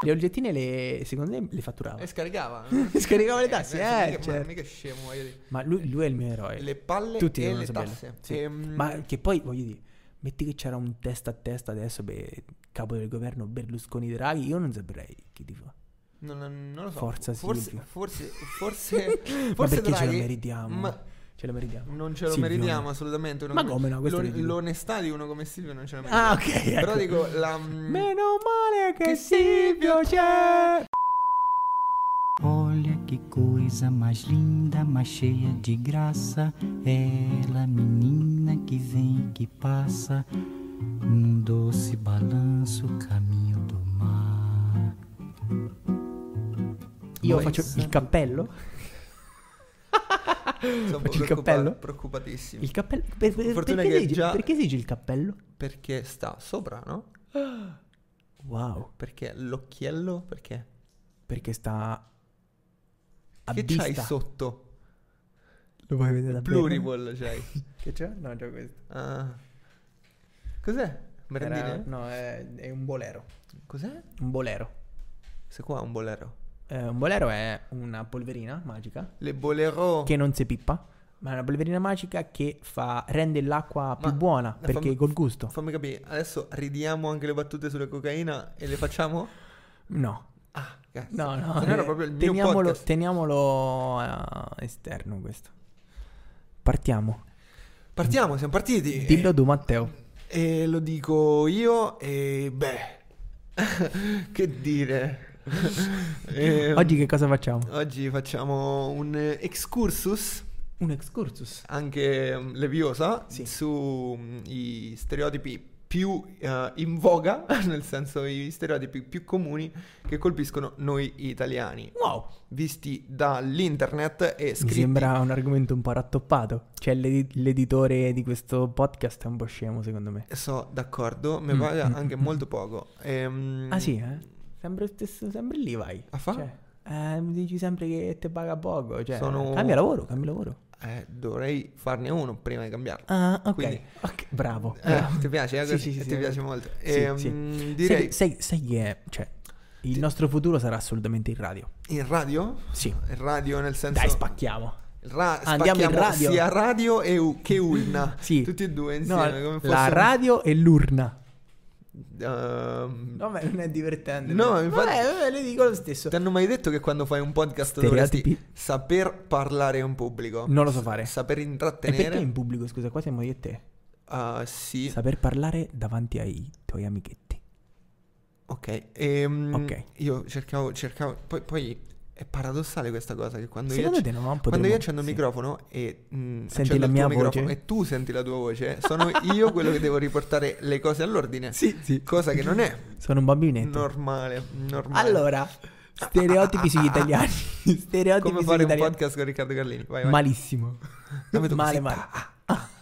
Le oggettine le, secondo me le fatturava. E scaricava. E scaricava le tasse, eh, mica- certo. Ma mica scemo, voglio dire. Ma lui, lui è il mio eroe. Le palle Eh, Tutti e devono le saperlo. tasse. Sì. Ehm, Ma che poi, voglio dire, metti che c'era un testa a testa adesso, beh, capo del governo Berlusconi Draghi, io non saprei chi ti fa. Non, non- non lo so. Forza forse, Silvio. forse, forse, forse Ma perché ce Draghi- la meritiamo? ma Ce la meritiamo. non ce lo Silvio. meritiamo assolutamente. uno Ma come no, questo l'on- lo dico. l'onestà di uno come Silvio non ce la meritiamo. Ah, ok. Ecco. Però dico, la... mm, Meno male mm, che Che Silvio c'è. Olha que coisa mais linda, mais cheia de graça. Ela, menina que vem e que passa, num doce balanço, caminho do mar. Io Voi faccio il sapete- cappello. sono un po' Faccio il preoccupa- cappello? Preoccupatissimo. Il cappello. per- per- Fortuna perché, che esige, già- perché esige il cappello? Perché sta sopra, no? Wow. Perché l'occhiello? Perché? Perché sta. A che vista. c'hai sotto? Lo puoi vedere da Pluriball c'hai. Che c'è? No, già questo. Ah. Cos'è? Merendine? no, è, un bolero. Cos'è? Un bolero. Se qua è un bolero. Eh, un bolero è una polverina magica Le bolero. che non si pippa, ma è una polverina magica che fa, rende l'acqua più Ma- buona ma perché fammi- col gusto. Fammi capire, adesso ridiamo anche le battute sulla cocaina e le facciamo? No, Ah, cazzo. no, no. Se no era eh, proprio il mio teniamolo podcast. teniamolo eh, esterno questo. Partiamo. Partiamo, siamo partiti. Dillo tu, Matteo. E lo dico io e beh. che dire. Ehm, Oggi che cosa facciamo? oggi facciamo un eh, excursus Un excursus. anche mm, leviosa Sì. sui stereotipi più eh, in voga, nel senso i stereotipi più comuni che colpiscono noi italiani, Wow. visti dall'internet e Mi scritti sembra un argomento un po' rattoppato. Cioè, l'edi- l'editore di questo podcast è un po' scemo, secondo me. Sono d'accordo, mi Mm, paga mm, anche mm, molto poco. Ehm, Ah, sì, eh? Sempre, lo stesso- sempre lì vai. A Ah, fa? Cioè, eh, mi dici sempre che ti paga poco. Cioè, Sono- cambia lavoro, cambia lavoro. eh, dovrei farne uno prima di cambiarlo. Ah, ok. Quindi- Ok, bravo. Eh, bravo. ti piace? eh, Sì, così? sì, sì, ti sì, piace sì. molto. Sì, Ehm, sì. Direi Sai, sai- sai che è? Cioè, il nostro futuro sarà assolutamente il radio. in radio? Sì. In radio nel senso... Dai, spacchiamo. Ra- Andiamo in spacchiamo radio. Sia radio e u- che urna. Sì. Tutti e due No, insieme. come fosse la un- radio e l'urna. Ehm, No, ma non è divertente. No, infatti- Vabbè, vabbè, le dico lo stesso. Ti hanno mai detto che quando fai un podcast Stereotipi. dovresti saper parlare in pubblico? Non lo so fare. Saper E perché intrattenere? in pubblico, scusa, qua siamo io e te. Ah, sì. Saper parlare davanti ai tuoi amichetti. ok. Ehm, Ok. Io cercavo... cercavo poi, poi è paradossale questa cosa che quando Secondo io... te no? Quando Potremmo- io accendo il sì. microfono e mm, Senti accendo la il mia tuo microfono voce? e tu senti la tua voce, sono io quello che devo riportare le cose all'ordine. Sì, sì. Cosa che non è Sono un bambinetto. normale. normale. Allora, stereotipi sugli italiani. stereotipi come sugli fare un italiani. podcast con Riccardo Carlini? Vai, vai. Malissimo. Dammi tu male, così. Ah. male.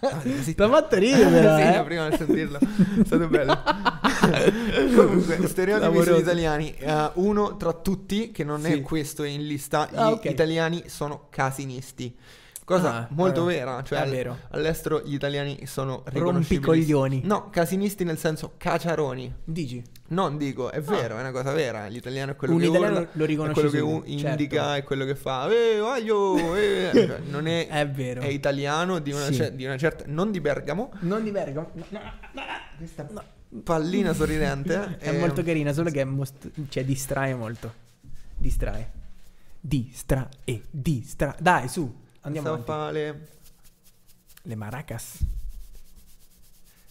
Dai, Ti zitta. ha fatto ridere, però, Ah, Sì, eh. la prima nel sentirlo. È stato bello. Comunque, stereotipi Clamoroso. sugli italiani. Eh, uno tra tutti, che non Sì. è questo in lista, gli Ah, ok. italiani sono casinisti. Cosa Ah, molto vabbè. vera, cioè È vero. all'estero gli italiani sono riconoscibili. Rompicoglioni. No, casinisti nel senso caciaroni. Dici? Non dico, è vero, è una cosa vera. L'italiano è quello Ah. Un che italiano urla, lo riconosce è quello che subito, u- certo. indica, è quello che fa "Eh, voglio, eh". Cioè, non è, È vero. è italiano di una, Sì. cer- di una certa non di Bergamo, Non di Bergamo. no, no, questa pallina sorridente ehm, È molto carina, solo che è most- cioè, distrae molto. Distrae. Distrae. Distrae. Dai, su. Andiamo avanti. Fale. Le maracas.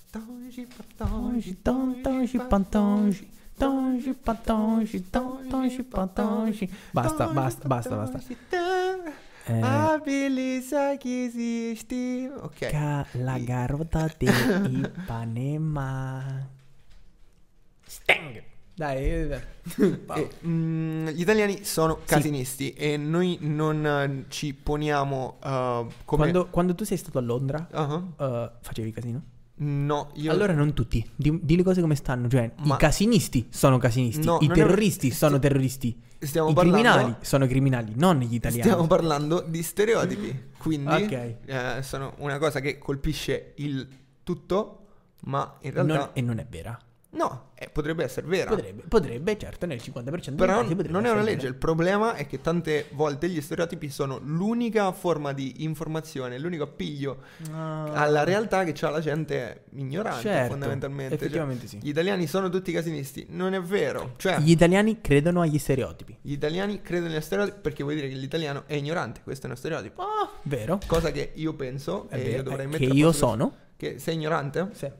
Tongi, Tongi, patongi, ton, tongi, pantongi, tongi, pantongi, ton, tongi, pantongi. Basta, tongi, basta, basta, basta. patongi, ton. Eh. Ah, Abili sa che esisti. Ok. Ca- la garota di Ipanema. Stang. Dai, eh, E, mm, gli italiani sono casinisti e noi non eh, ci poniamo eh, come... quando, quando tu sei stato a Londra, Ah, eh, facevi casino? No, io... Allora non tutti, di, di le cose come stanno, cioè i Ma- casinisti sono casinisti, No, i non è- terroristi sono terroristi, stiamo i parlando- criminali sono criminali, non gli italiani. Stiamo parlando di stereotipi, quindi Ok. eh, sono una cosa che colpisce il tutto, ma in realtà... Non- e non è vera. No, eh, potrebbe essere vera. Potrebbe, potrebbe, certo, nel 50% dei Però casi potrebbe non è una essere legge, vera. il problema è che tante volte gli stereotipi sono l'unica forma di informazione, l'unico appiglio Ah, alla realtà che c'ha la gente ignorante certo, fondamentalmente. Cioè, effettivamente sì. Gli italiani sono tutti casinisti, non è vero. Cioè, Gli italiani credono agli stereotipi. gli italiani credono negli stereotipi perché vuol dire che l'italiano è ignorante, questo è uno stereotipo. Vero? Cosa che io penso È e vero, io dovrei eh, mettere che a io posto sono. questo. Che sei ignorante? Sì.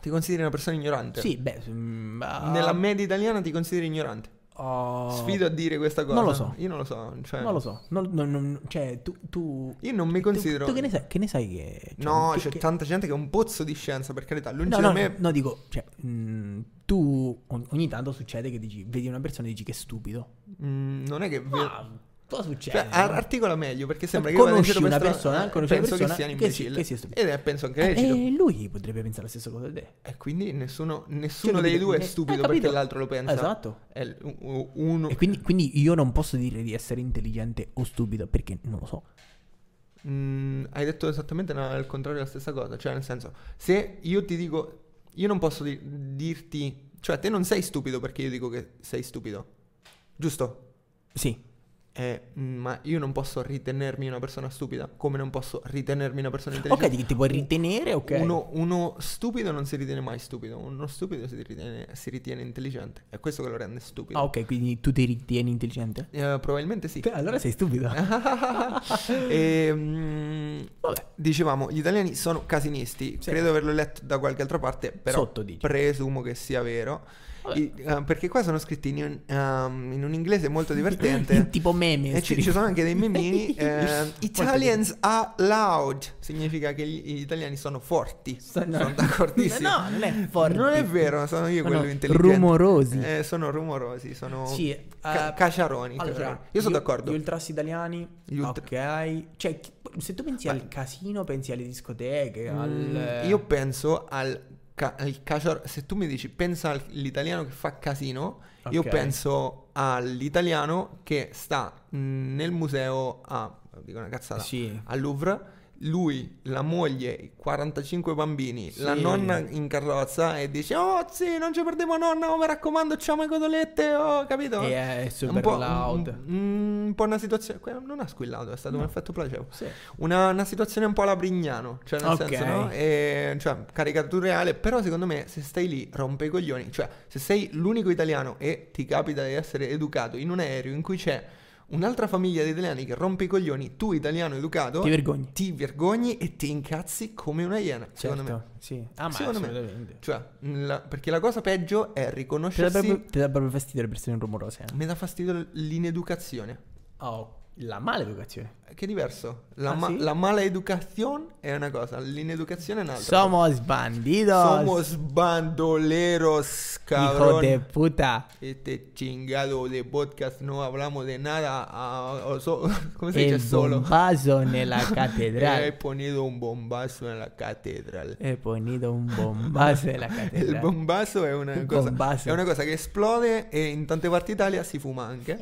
Ti consideri una persona ignorante? Sì, beh, mm, ah, Nella media italiana ti consideri ignorante? oh, Sfido a dire questa cosa. Non lo so. Io non lo so. Cioè, Non lo so, non- non- non- cioè tu, tu Io non mi tu- considero. Tu, che ne sai? Che ne sai che cioè, No, che- c'è che- tanta gente che è un pozzo di scienza, per carità. Lungi No, da no, me. no, no, dico, cioè, mm, tu ogni, ogni tanto succede che dici, vedi una persona e dici che è stupido. Mm, non è che. ve- Ma cosa Cioè, succede? ar- articola meglio perché sembra che Conosci io vada in una giro per persona, strada, eh, conosci una penso persona che sia un che si- imbecille che sia stupido. ed è penso anche Eh, lecito. e lui potrebbe pensare la stessa cosa di te. E quindi nessuno, Cioè, nessuno non dei dico- due è eh, stupido capito? perché l'altro lo pensa. Esatto. È l- u- u- uno. E quindi, quindi io non posso dire di essere intelligente o stupido perché non lo so. Mm, hai detto esattamente no, al contrario la stessa cosa. Cioè, nel senso, se io ti dico, io non posso di- dirti, cioè, te non sei stupido perché io dico che sei stupido, giusto? Sì, Eh, mm, ma io non posso ritenermi una persona stupida, come non posso ritenermi una persona ok, intelligente. ti, ti puoi ritenere, ok. Uno, uno stupido non si ritiene mai stupido, uno stupido si ritiene, si ritiene intelligente. È questo che lo rende stupido. Ah, ok, quindi tu ti ritieni intelligente? Eh, probabilmente sì. Te- Allora sei stupido. E, mm, Vabbè. Dicevamo, gli italiani sono casinisti. Sì. Credo averlo letto da qualche altra parte, però Sotto dici. presumo che sia vero. Vabbè. I- eh, perché qua sono scritti in un, ehm, in un inglese molto divertente. Il tipo meme. E ci, scrivi. ci sono anche dei memini. eh, Molto Italians are loud. Significa che gli, gli italiani sono forti. Sono- Sono d'accordissimo. No, non è forti. Non è vero, sono io Sono quello intelligente. rumorosi. Eh, sono rumorosi, sono Sì, eh, ca- caciaroni. allora, caciaroni. Io sono d'accordo. Gli ultras italiani, Gli ultra- ok. Cioè, chi- se tu pensi al casino, pensi alle discoteche, al... eh, Mm, Io penso al, ca- al caciar- Se tu mi dici pensa al- all'italiano che fa casino, io Ok. penso all'italiano che sta mm, nel museo a. Dico una cazzata. Sì. Al Louvre. Lui, la moglie, i 45 bambini, Sì. la nonna in carrozza e dice: Oh, sì, non ci perdiamo nonna, oh, mi raccomando, c'ho le cotolette, oh, capito? E è super loud. Un, un po' una situazione. que- Non ha squillato, è stato un effetto placebo. Sì. Una, una situazione un po' alla Brignano, cioè nel Ok. senso, no? E, cioè, caricaturale, però secondo me se stai lì rompe i coglioni, cioè se sei l'unico italiano e ti capita di essere educato in un aereo in cui c'è un'altra famiglia di italiani che rompe i coglioni, tu italiano educato, Ti vergogni. ti vergogni e ti incazzi come una iena, secondo me. Certo, Sì. Ah, ma Secondo me. assolutamente. Cioè, la- perché la cosa peggio Ti è dà riconoscersi... proprio, ti dà proprio fastidio le persone rumorose. eh? Mi dà fastidio l'ineducazione. Oh, la maleducazione. Che è diverso. La, Ah, ma- sì? la mala educazione è una cosa, l'ineducazione è un'altra. Somos bandidos. Somos bandoleros, hijo cabrón. de puta. Este chingado de podcast no hablamos de nada. ah, o so- ¿Cómo se dice? El Solo. Eh, bombazo en la He catedral. ponido un bombazo en la catedral. He ponido un bombazo en la Il catedral. bombazo è una, Il cosa, bombazo. è una cosa che esplode e in tante parti d'Italia si fuma anche.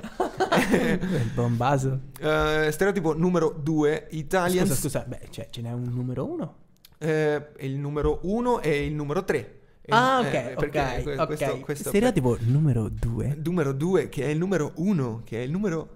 El bombazo. Eh, stereotipo numero 2, Italians. Scusa, scusa, beh, cioè, ce n'è un numero uno? Eh, il numero 1 e il numero 3. ah, Eh, ok, ok, ok. Stereotipo numero 2, Eh, numero 2 che è il numero 1, che è il numero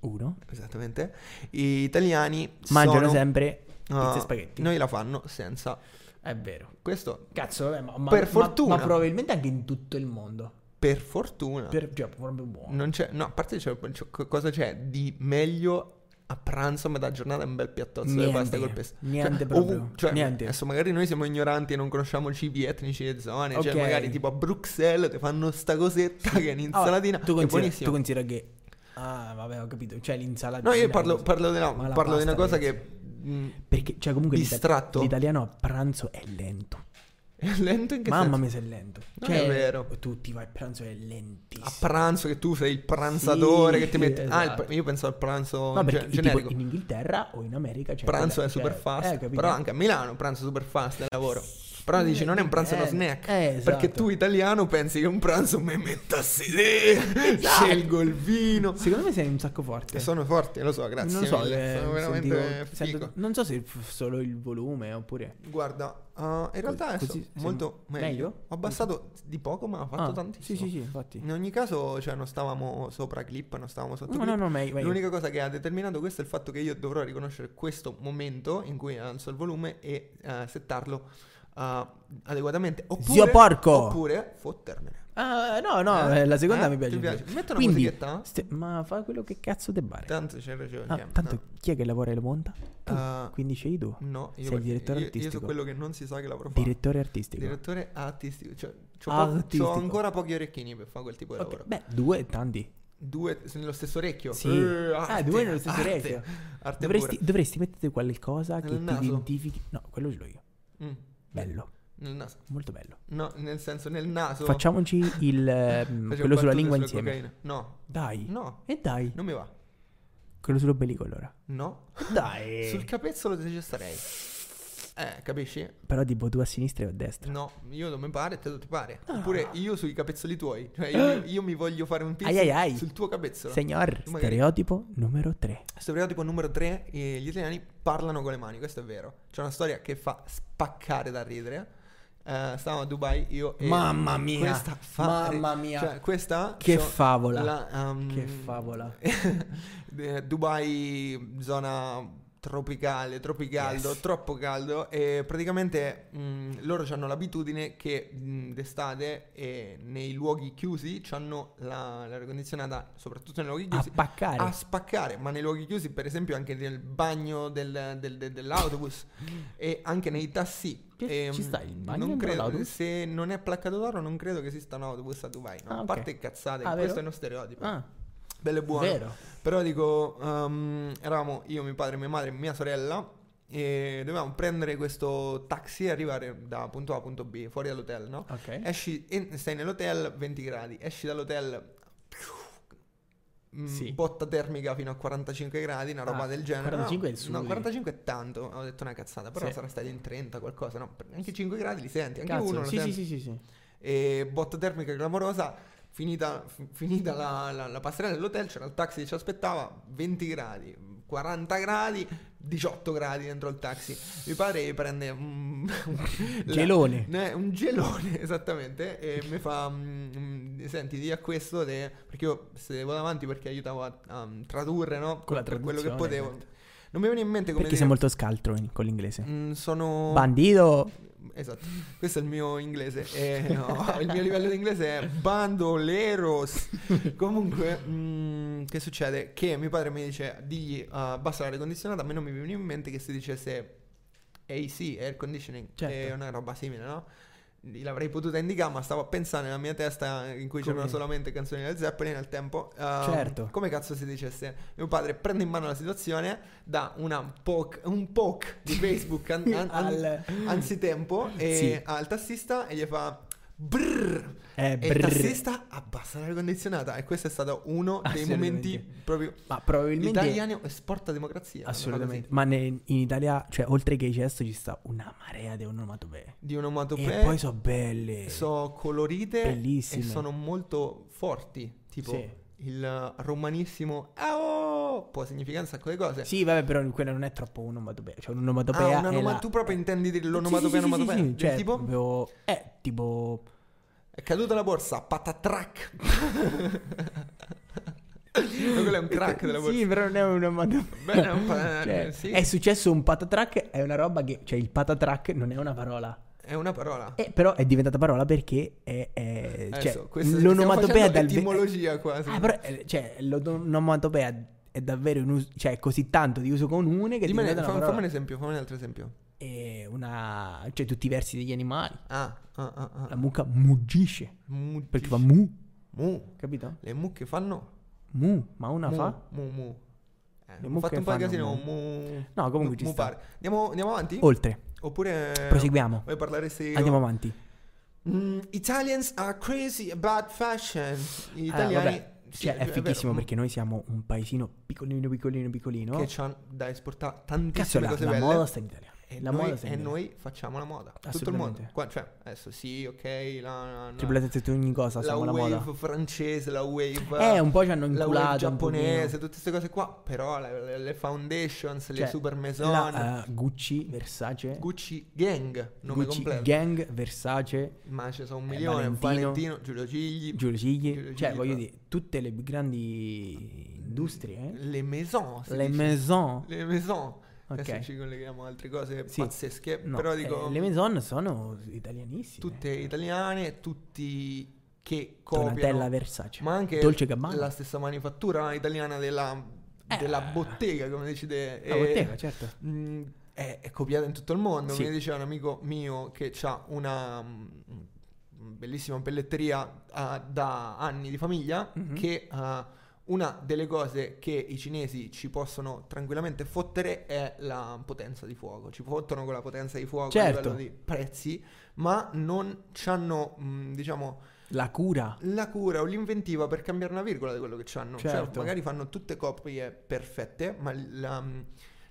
1, esattamente. Gli italiani mangiano sono- sempre Ah, pizza e spaghetti. Noi la fanno senza È vero. questo Cazzo, vabbè, ma, ma- Per ma- fortuna. ma probabilmente anche in tutto il mondo. per fortuna. Per, cioè, proprio buono. Non c'è no, a parte c'è, c'è- co- cosa c'è di meglio a pranzo a metà giornata un bel piattozzo di Niente, pasta col pesto. niente Cioè, proprio, ovun- cioè, niente. Adesso magari noi siamo ignoranti e non conosciamo cibi etnici e zone, Ok. cioè magari tipo a Bruxelles ti fanno sta cosetta Ah, vabbè, che è un'insalatina tu che è considera, buonissima. tu considera che... Ah, vabbè, ho capito. Cioè, l'insalata... No, io parlo, parlo di, no, Ma la parlo di una pasta, cosa ragazzi. che mh, Perché, cioè, comunque... l'ita- Distratto. L'italiano a pranzo è lento. è lento in che Mamma senso? mia, se è lento. Cioè, Non è vero. Tu ti vai a pranzo e è lentissimo. A pranzo che tu sei il pranzatore Sì, che ti mette... Ah, il esatto. pr- io penso al pranzo No, ge- perché tipo, generico. in Inghilterra o in America c'è pranzo quella- è super cioè, fast, eh, capito? però anche a Milano pranzo super fast è lavoro. Però dici non è un pranzo, è uno Eh, snack. eh, esatto. Perché tu italiano pensi che un pranzo mi metta a sedere, Esatto. scelgo il vino. Secondo me sei un sacco forte. Eh, Sono forti, lo so, grazie. non lo so, mille. eh, sono veramente sentivo- sento- figo. non so se f- solo il volume oppure Guarda, uh, in realtà adesso così sembra- molto meglio. meglio? Ho abbassato di poco, ma ho fatto Ah, tantissimo. Sì, sì, sì, infatti. In ogni caso, cioè, non stavamo sopra clip, non stavamo sotto No, clip. no, no, meglio. meglio. L'unica cosa che ha determinato questo è il fatto che io dovrò riconoscere questo momento in cui alzo il volume e eh, settarlo eh, adeguatamente. Oppure, Zio porco! Oppure fottermene. Ah, no, no, Eh? eh, la seconda Eh? mi piace. Ti di più. piace? Metto una Quindi, musichetta? ste- ma fa quello che cazzo te pare. Tanto ce lo Ah, tanto chi è che lavora e lo monta? Tu. Ah, Quindi scegli tu. Eh, No, io, Sei il perché- direttore io- Io artistico. sono quello che non si sa che lavoro fa. Direttore artistico. Direttore artistico. Cioè, c'ho, Ah, po- c'ho artistico. ancora pochi orecchini per fare quel tipo di Ok, lavoro. Beh, due, tanti. Due s- nello stesso orecchio. Sì. Eh, Ah, arte, due nello stesso arte, orecchio. Arte Dovresti, pura. dovresti mettere qualcosa che Nel naso. ti identifichi. No, quello ce l'ho io. Mm, Bello, Nel naso. molto bello. No, nel senso, nel naso. Facciamoci il ehm, Facevo quello sulla battute Mm? lingua sulla insieme. cocaina. No, Dai. no, E dai. non mi va. Quello sull'ombelico allora. No. Dai. Sul capezzolo te ci starei. Eh, capisci? Però tipo tu a sinistra e a destra. No, io non mi pare e te non ti pare. Oppure io sui capezzoli tuoi. Cioè, io, io mi voglio fare un Ai, pizzo ai, ai. sul tuo capezzolo. Signor, Tu magari- stereotipo numero 3. Stereotipo numero 3, gli italiani parlano con le mani, questo è vero. C'è una storia che fa spaccare da ridere. Eh, stavamo a Dubai, io e Mamma mia, Questa fa mamma mia. Cioè, questa Che so- favola. la, ehm, Che favola. eh, Dubai zona tropicale, tropicaldo, Yes. troppo caldo e praticamente mh, loro hanno l'abitudine che mh, d'estate e nei luoghi chiusi hanno l'aria condizionata, soprattutto nei luoghi A chiusi, paccare. a spaccare, ma nei luoghi chiusi, per esempio, anche nel bagno del- del- del- dell'autobus e anche nei tassi. Che- Ehm, ci sta il bagno non dentro credo- l'autobus? Se non è placcato d'oro, non credo che esista un autobus a Dubai. no? Ah, A ok. parte cazzate, Ah, questo vero? è uno stereotipo. Ah, Bello e buono. vero. Però dico, ehm, eravamo io, mio padre, mia madre e mia sorella e dovevamo prendere questo taxi e arrivare da punto A a punto B, fuori dall'hotel, no? Ok. Esci, en- stai nell'hotel 20 gradi, esci dall'hotel mm, Sì. botta termica fino a 45 gradi, una roba Ah, del genere. 45 no, è il sud No, lì. 45 è tanto, ho detto una cazzata, però Sì. sarà stato in 30 qualcosa, no? Anche 5 gradi li senti, anche Cazzo, uno lo sì, senti sì, sì, sì, sì. e botta termica clamorosa. Finita, fi- finita la, la- la passerella dell'hotel, c'era il taxi che ci aspettava, 20 gradi, 40 gradi, 18 gradi dentro il taxi. Mio padre prende un, un- la- Gelone. ne- un gelone, esattamente, e mi fa, mm, mm, senti, di a questo, te- perché io stevo davanti perché aiutavo a, a tradurre, no? Con la Per quello che traduzione, potevo. certo. Non mi viene in mente come Perché sei dire, molto scaltro in- con l'inglese. mm, sono... Bandito. Esatto, questo è il mio inglese. Eh, no, il mio livello di inglese è bandoleros. Comunque, mm, che succede? Che mio padre mi dice, digli uh, basta l'aria condizionata. A me non mi viene in mente che si dicesse AC, air conditioning, Certo. è una roba simile, no? L'avrei potuta indicare, ma stavo a pensare nella mia testa in cui Come? c'erano solamente canzoni del Zeppelin al tempo. ehm, Certo. Come cazzo si dicesse? Mio padre prende in mano la situazione, dà una poke, un poke di Facebook an- an- an- Al- anzitempo e Sì. al tassista e gli fa brrr Eh, e il brrr. tassista abbassa l'aria condizionata e questo è stato uno dei momenti Assolutamente. proprio Ma probabilmente... italiano esporta democrazia quando fa Assolutamente. Ma ne- in Italia, cioè, oltre che i gesto ci sta una marea di onomatopee. così. di E onomatopee poi sono belle. sono colorite Bellissime. e sono molto forti tipo Sì. il romanissimo "Ao!" può significare un sacco di cose Sì, vabbè, però quella non è troppo onomatopea. Cioè, un'onomatopea Ah, è un'onoma- la- tu proprio intendi dire Sì, sì, l'onomatopea sì, onomatopea sì, sì, Del cioè, tipo proprio- eh, tipo... È caduta la borsa, patatrack. Ma quello è un crack della borsa. Sì, però non è un'onomatopea. Beh, no, pa- Cioè, sì. È successo un patatrack, è una roba che... Cioè, il patatrack non è una parola. È una parola. Eh, però è diventata parola perché è... è- Adesso, cioè, Eh, questo- l'onomatopea è stiamo dal... facendo etimologia quasi. Ah, però, eh, cioè, l'onomatopea è davvero un uso... Cioè, è così tanto di uso comune che è Dimmene- diventata fa- una fammi un parola. esempio, fammi un altro esempio. È una... Cioè, tutti i versi degli animali. Ah, ah, ah, ah. La mucca muggisce. Mu- Perché fa mu, mu. capito? Le mucche fanno. Mu, ma una mu, fa... Mu, mu. Eh, Le ho mucche fatto un po' di fanno casino. mu. Mu. No, comunque mu- ci mu sta. pare. Andiamo, andiamo avanti? Oltre. Oppure... Proseguiamo. Vuoi parlare se Andiamo avanti. Mm, Italians are crazy about fashion. Gli Ah, italiani... vabbè, sì, cioè, è vero. fighissimo Mm. perché noi siamo un paesino piccolino, piccolino, piccolino. che c'hanno da esportare tantissime Cazzo, la, cose la belle. moda sta in Italia. Eh, la Noi- moda e sembra. noi facciamo la moda. Tutto il Assolutamente. mondo. Qua- cioè, adesso sì, ok, la, la, la, Triplette su ogni cosa, la siamo la wave moda. francese, la wave... Eh, un po' ci hanno la web inculato. un giapponese, pochino. tutte queste cose qua, però le, le- le foundations, le Cioè, super maison, La, eh, Gucci, Versace. Gucci Gang, nome Gucci completo, Gang, Versace, ma ci sono un eh, milione, Valentino, Valentino, Giulio Gigli, eh. Giulio Cigli. Giulio cioè, Cigli, esatto. voglio però. dire, tutte le grandi industrie. le maison, Eh? si Le dice. maison. le maison, Ok. adesso ci colleghiamo a altre cose Sì. pazzesche, No, però eh, dico, le maison eh. sono italianissime. tutte italiane, tutti che Donatella copiano, Versace. ma anche Dolce Gabbana. la stessa manifattura italiana della, Eh. della bottega, come decide, La bottega, certo. Mm, è, è copiata in tutto il mondo. Sì. Mi diceva un amico mio che ha una mm, bellissima pelletteria ah, da anni di famiglia Mhm. che ah, una delle cose che i cinesi ci possono tranquillamente fottere è la potenza di fuoco. Ci fottono con la potenza di fuoco Certo. a livello di prezzi, ma non hanno, diciamo, La cura. la cura o l'inventiva per cambiare una virgola di quello che hanno. Certo. Cioè, magari fanno tutte copie perfette, ma l- la- mm,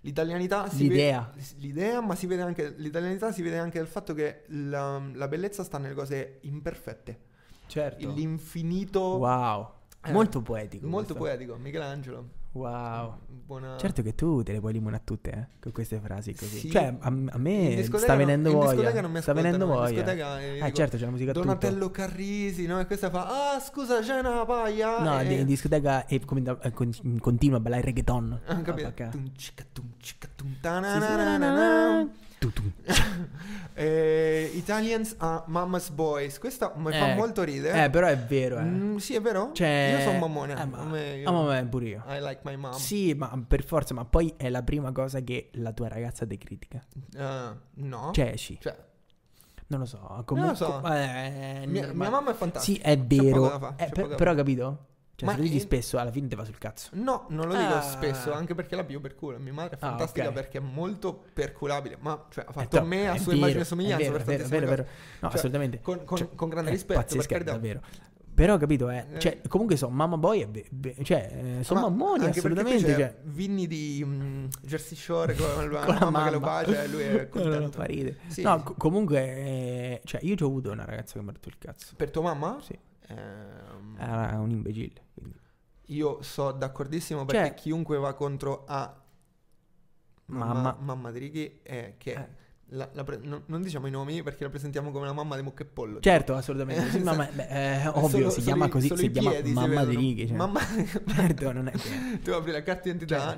l'italianità si L'idea. vede. L'idea, ma si vede anche. L'italianità si vede anche dal fatto che la, la bellezza sta nelle cose imperfette. Certo. L'infinito. Wow. Eh, molto poetico. Molto questo. poetico, Michelangelo. Wow. Buona... Certo che tu te le puoi limonare tutte, eh, con queste frasi così. Sì. Cioè, a, a In me discoteca sta no- venendo in voglia. discoteca non mi sta venendo ascoltano, in voglia. discoteca, eh, Ah, dico, certo, c'è la musica a tutto. Donatello Carrisi, no? E questa fa, ah, scusa, c'è una Eh, paia. No, e... in discoteca e come da- eh, con- continua a ballare il reggaeton. Ah, capito? Papà, che- Tum, cica, tum, cica, tum, Sì, sì. tananana. Tu, tu. Eh, Italians are Mama's Boys. Questa mi fa Eh, molto ridere. Eh, però è vero, eh. Mm, sì, è vero. Cioè, Io sono mammone. eh, ma- Me- ah, ma me pure io. I like my mom. Sì, ma per forza, ma poi è la prima cosa che la tua ragazza ti critica. Eh, no. Cioè, sì. Cioè, Non lo so, comunque... lo so. eh, mia, normale. mia mamma è Sì, fantastica. è poco da vero. fa, Eh, c'è per- poco da però capito? Cioè, Ma se lo dici in- spesso, alla fine ti va sul cazzo. No, non lo dico Ah. spesso, anche perché la più per culo. Mia madre è Ah, fantastica ok. perché è molto perculabile. Ma cioè, ha Eh, fatto to- me a è sua vero, immagine e è vero, somiglianza. per è vero, è tantissime vero, è vero. cose. No, Cioè, assolutamente. Con, con- Cioè, con grande è rispetto, per pazzesca, carità. davvero. Però capito, eh, Eh. cioè, comunque sono mamma boy, e be- be- cioè, eh, sono Ma mammoni anche perché qui assolutamente. c'è Cioè, Vinny di mm, Jersey Shore con, la con la mamma, che lo mamma. bacia e lui è No, no, no, contento. fa ridere. Sì, no, sì. co- comunque, eh, cioè, io ci ho avuto una ragazza che mi ha rotto il cazzo. Per tua mamma? Sì. Ehm, Era un imbecille. quindi. io so d'accordissimo perché Cioè- chiunque va contro a Mamma. mamma di Ricky è che Eh. la- la pre- non, non diciamo i nomi perché la presentiamo come la mamma di Mucca e Pollo. Certo, assolutamente. Sì, Eh, ma, sì. ma- beh, eh, Solo- ovvio, si solo chiama i- così, solo si i chiama piedi si mamma di vedono. righe. Cioè. Mamma- Certo, non è tu apri la carta d'identità,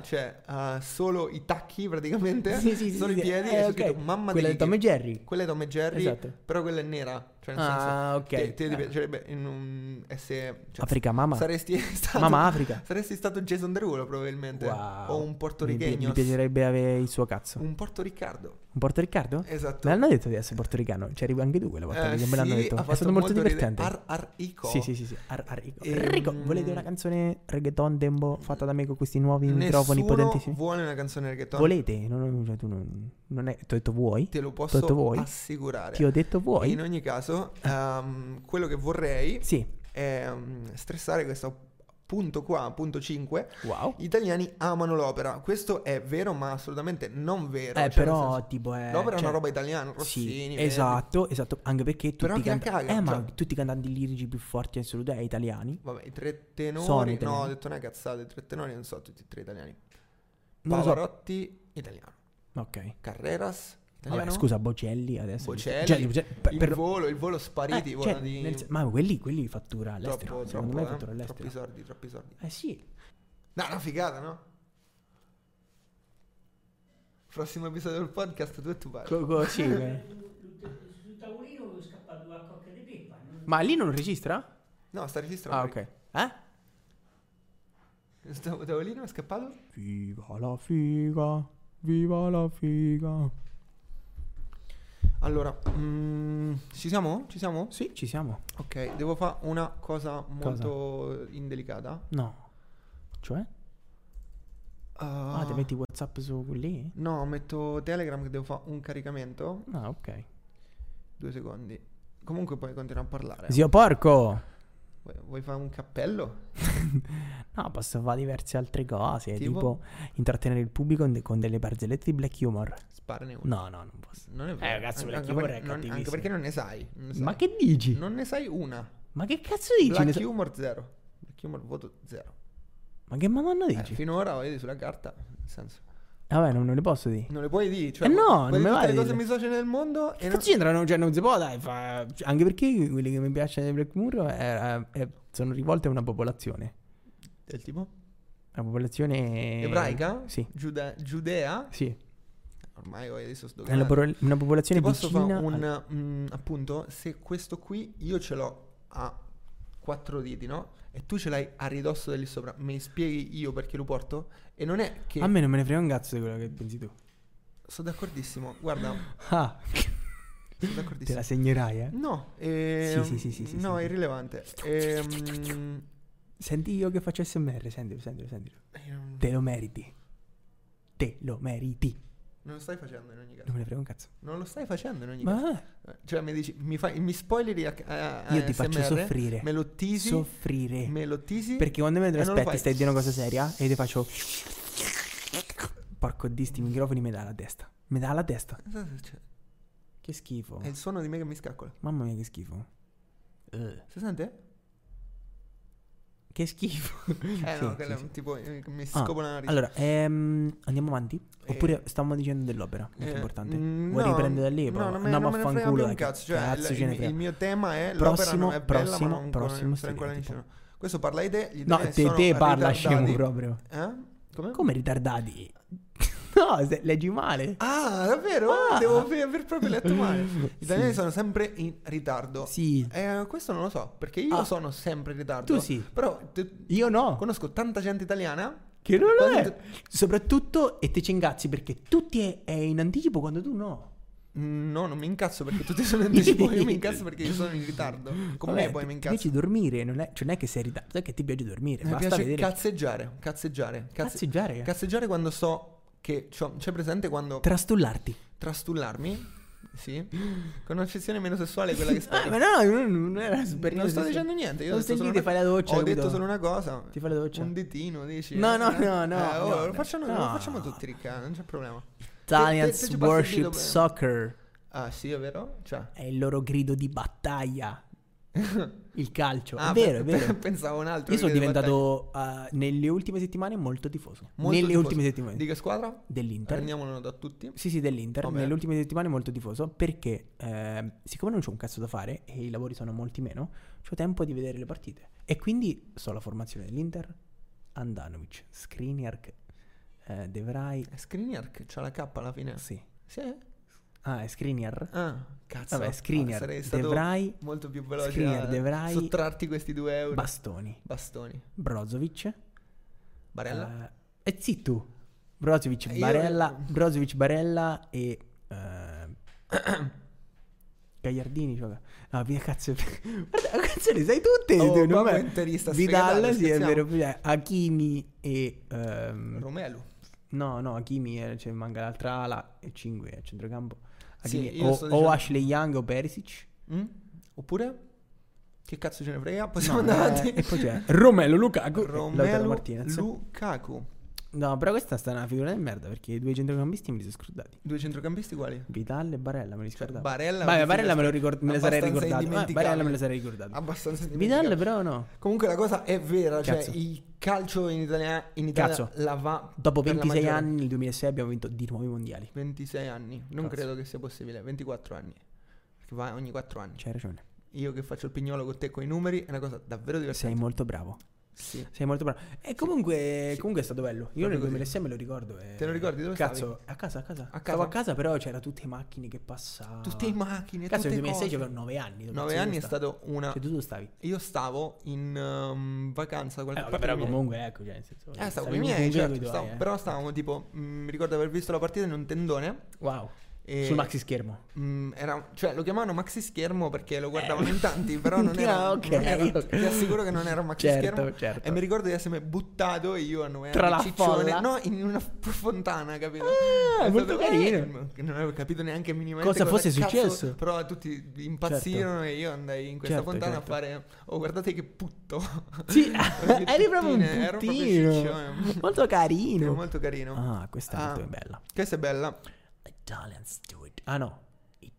Cioè. c'è ah, solo i tacchi praticamente, solo i piedi eh, e c'è ok. scritto mamma Quella di di Tom e Ricky. Jerry. Quella è Tom e Jerry, Esatto. però quella è nera. Cioè, nel senso, Ah, ok. te, te ti Eh. piacerebbe in un- essere... cioè, Africa, mamma. Saresti stato, Mamma Africa. saresti stato Jason Derulo probabilmente. Wow. Esatto. O un Mi, pi- portorichegno. mi piacerebbe avere il suo cazzo. Un Porto Riccardo. Un Porto Riccardo? Esatto. Me l'hanno detto di essere portoricano. C'eri anche tu quella volta. Eh, che me l'hanno sì, detto. ha È fatto stato molto, ridere. divertente. Ar, ar Ico. Sì, sì, sì, sì. Ar- ar- Rico. Ehm, Rico, volete una canzone reggaeton dembo fatta da me con questi nuovi microfoni Nessuno potentissimi? vuole una canzone reggaeton. Volete? Non, cioè, tu non, non è... Ti ho detto vuoi? Te lo Ti ho detto posso vuoi? assicurare. Ti ho detto vuoi? In ogni caso, ehm, quello che vorrei Sì. è ehm, stressare questo punto qua, punto 5. Wow. Gli italiani amano l'opera. Questo è vero, ma assolutamente non vero. Eh, Cioè, nel però, senso, tipo, è... l'opera è cioè, una roba italiana, Sì, Rossini. Verdi. esatto, esatto. Anche perché tutti, Però i chi la canta- caga, eh, ma cioè- tutti i cantanti lirici più forti in assoluto è italiani. Vabbè, i tre tenori. Sono no, italiani. ho detto una cazzata. I tre tenori non so tutti e tre italiani. Non lo so. Pavarotti, italiano. Ok. Carreras, italiano. Vabbè, scusa, Bocelli adesso. Bocelli, Cioè, Bocelli, per- il per- volo, il volo spariti. eh, vola cioè, di... nel sen- ma quelli, quelli fattura all'estero. troppo, secondo troppo, me eh, fattura all'estero. troppi sordi, troppi sordi. Eh sì. No, una figata, no? Prossimo episodio del podcast, tu e tu vai. Co- co- sì, eh. Sul tavolino è scappato la cocca di peppa. non- Ma lì non registra? No, sta registrando. Ah, ok. Eh? Stavo tavolino, è scappato? Viva la figa, viva la figa. Allora, mm, ci siamo? Ci siamo? Sì, ci siamo. Ok, devo fare una cosa molto indelicata. No. Cioè? Ah, ti Uh, metti WhatsApp su lì? No, metto Telegram che devo fare un caricamento. Ah, ok. Due secondi. Comunque poi continuo a parlare. Zio porco! Vuoi, vuoi fare un cappello? No, posso fare diverse altre cose, Tipo? tipo, intrattenere il pubblico con de- con delle barzellette di black humor. Sparane uno. No, no, non posso. Non è vero. Eh, cazzo, An- Black anche Humor perché è non- Anche cattivissimo. perché non ne sai. Non ne sai. Ma che dici? Non ne sai una. Ma che cazzo dici? Ne Black so- Humor zero. Black Humor voto zero. Ma che mamanno Eh, dici? finora vedi sulla carta, nel senso, Vabbè, non, non le posso dire. non le puoi dire. Cioè, Eh no, puoi non dire me tutte va le di cose dire. misogine del mondo e Che non... cazzo c'entrano? Cioè, non si può, dai, fa... cioè, anche perché quelli che mi piacciono di Black Mirror eh, eh, sono rivolte a una popolazione. Del tipo? Una popolazione... Ebraica? Eh, Sì, Giuda- Giudea? sì. Ormai oh, adesso sto È una, doganando. popol- una popolazione Ti posso fare vicina... un al- mm, appunto? Se questo qui io ce l'ho a quattro diti, no? E tu ce l'hai a ridosso da lì sopra, me li spieghi io perché lo porto? E non è che A me non me ne frega un cazzo di quello che pensi tu. sono d'accordissimo. Guarda, Ah, sono te la d'accordissimo. segnerai, eh. No, ehm, Sì, sì, sì, sì, sì, no, sì. è irrilevante. Ehm, Senti io che faccio SMR, sentilo, sentilo, sentilo. ehm, Te lo meriti. Te lo meriti. non lo stai facendo in ogni caso. Non me ne frega un cazzo. Non lo stai facendo in ogni Ma caso. vabbè, Cioè, mi dici, mi, fai, mi spoileri a, a- a io ti faccio ASMR, soffrire. Eh, Me lo tisi. soffrire. me lo tisi. Perché quando me ne e non lo aspetti fai. stai dicendo una cosa seria e io ti faccio... Porco di sti microfoni mi dà la testa. Mi dà la testa. Cioè, Che schifo. È il suono di me che mi scaccola. Mamma mia che schifo. Eh, Si sente? Che schifo. Eh Mm, Sì, no, sì, quello è sì. un tipo eh, mi Ah, scopola la narice. Allora, ehm, andiamo avanti? Eh. Oppure stiamo dicendo dell'opera, molto Eh, importante. mm, Vuoi no, riprendere da lì? No, poi? non me, no, non me ne frega più vaffanculo, un dai, che cazzo. Cioè, cazzo il, ce ne il- frega. il mio tema è l'opera Prossimo- non è bella, prossimo- ma non, prossimo non sarà ancora stereotipo. nessuno. Questo parla di te, gli No, italiani te, eh, sono te parla ritardati. scemo proprio. Eh? Come? Come ritardati? no, se- leggi male. Ah, davvero? Ah. Devo aver aver proprio letto male. Gli Sì. italiani sono sempre in ritardo. Sì. Eh, questo non lo so, perché io Ah. sono sempre in ritardo. Tu sì. Però te- Io no. conosco tanta gente italiana. Che non lo Quasi è. tu- Soprattutto, e te ci ingazzi perché tutti è, è in anticipo quando tu no. Mm, No, non mi incazzo perché tutti sono in anticipo. Io mi incazzo perché io sono in ritardo. Come Vabbè, poi ti- Ti mi incazzo. piace dormire, non è, cioè non è che sei in ritardo, è che ti piace dormire. Mi basta piace vedere. cazzeggiare. Cazzeggiare. cazze- Cazzeggiare? Cazzeggiare quando so che. cioè, c'è presente quando. Trastullarti. Trastullarmi. Sì. Con un'accezione meno sessuale è quella che Ah, spero. ma no, no, non era super Non sto dicendo niente. Io ho non stai detto lì, solo ti una- fai la doccia. Ho capito? detto solo una cosa. Ti fai la doccia. Un ditino, dici. No, eh, no, no, no, eh, oh, no, lo, facciamo, no. lo facciamo tutti, ricca. Non c'è problema. Te- te- Italians te ci passi il dito Worship per- Soccer Ah, sì, è vero? Cioè. è il loro grido di battaglia. Il calcio, Ah, è vero, è pe- vero. Pensavo un altro. Io sono video di diventato eh, nelle ultime settimane molto tifoso. Molto nelle tifoso. ultime settimane Di che squadra? dell'Inter. Prendiamolo da tutti. Sì, sì, dell'Inter. Eh, Vabbè. Nelle ultime settimane molto tifoso perché ehm, siccome non c'ho un cazzo da fare e i lavori sono molti meno, ho tempo di vedere le partite. E quindi so la formazione dell'Inter, Andanovic, Skriniar, eh, De Vrij, Skriniar che c'ha la K alla fine. sì. Sì. eh? Ah, è Skriniar. Ah, cazzo. Vabbè, Skriniar, Ah, sarei De stato Vrij, molto più veloce Skriniar, a De Vrij, sottrarti questi due euro. Bastoni, Bastoni. Brozovic. Barella. Eh, e zitto. Brozovic, Eh, io- Barella, Brozovic, Barella e... eh, Gagliardini gioca. No, via cazzo. Guarda, cazzo, le sai tutte. Oh, tu, non mamma, me- interista sfegatato, Vidal, sì, è scherziamo. vero. eh, Hakimi e... ehm, Romelu. no, no, Hakimi, eh, cioè, manca l'altra ala e 5 a centrocampo. Sì, Hakimi, io o, sto o dicendo- Ashley Young o Perisic. Mm? Oppure? Che cazzo ce ne frega? No, Possiamo andare eh, avanti. e poi c'è Romelo Lukaku. e Lautaro Ah, Romelu Martinez. Lukaku. No, però questa sta una figura di merda perché i due centrocampisti me li sono scordati. Due centrocampisti uguali. Vidal e Barella me li Cioè, scordavo. Barella- Vabbè, Barella me, lo ricord- me le sarei abbastanza ricordato. Eh, indimenticabile. Barella me le sarei ricordato. Abbastanza Vidal indimenticabile. però no. Comunque la cosa è vera, Cazzo. cioè il calcio in Italia, in Italia Cazzo. la va Dopo per la 26 maggiore. anni, nel 2006 abbiamo vinto di nuovo i mondiali. 26 anni, non Cazzo. credo che sia possibile, 24 anni. Perché va ogni 4 anni. Cioè, C'hai ragione. Io che faccio il pignolo con te con i numeri è una cosa davvero Sei divertente. molto bravo. Sì. Sei molto bravo. E comunque, comunque è stato bello. Io Proprio nel così. 2006 me lo ricordo. e- Te lo ricordi? Dove Cazzo, a casa, a casa. casa? Stavo a casa, però c'erano tutte le macchine che passavano. Tutte in macchine, Cazzo, nel tutte 2006 cose. c'avevo 9 anni. dove 9 cazzo anni è io stavo? stato una Cioè, tu dove stavi? Io stavo in ehm, vacanza da qualche Eh, vabbè, parte però dei miei. comunque, ecco, cioè, nel senso... Eh, stavo stavi con i con miei, i tuoi, certo, coi tuoi, stavo- eh. però stavamo tipo, mm, mi ricordo di aver visto la partita in un tendone Wow. e E- Sul maxi schermo. Mm, era- cioè, lo chiamavano maxi schermo perché lo guardavano in tanti, però non era, Eh. Ah, ok. non era- Ti assicuro che non era un maxi Certo, schermo. certo. E mi ricordo di essermi buttato e io a nove Tra anni, la ciccione, folla. no, in una f- fontana, capito? Ah, È molto stato- carino. eh, non avevo capito neanche minimamente Cosa fosse cazzo- successo. Però tutti impazzirono e io andai in questa Certo, fontana certo. a fare "Oh, guardate che putto". Sì, Perché eri proprio puttine, un ero proprio puttino. ciccione. Molto carino. molto carino. Ah, questa è Ah. molto bella. Questa è bella. Italians do it. Ah no,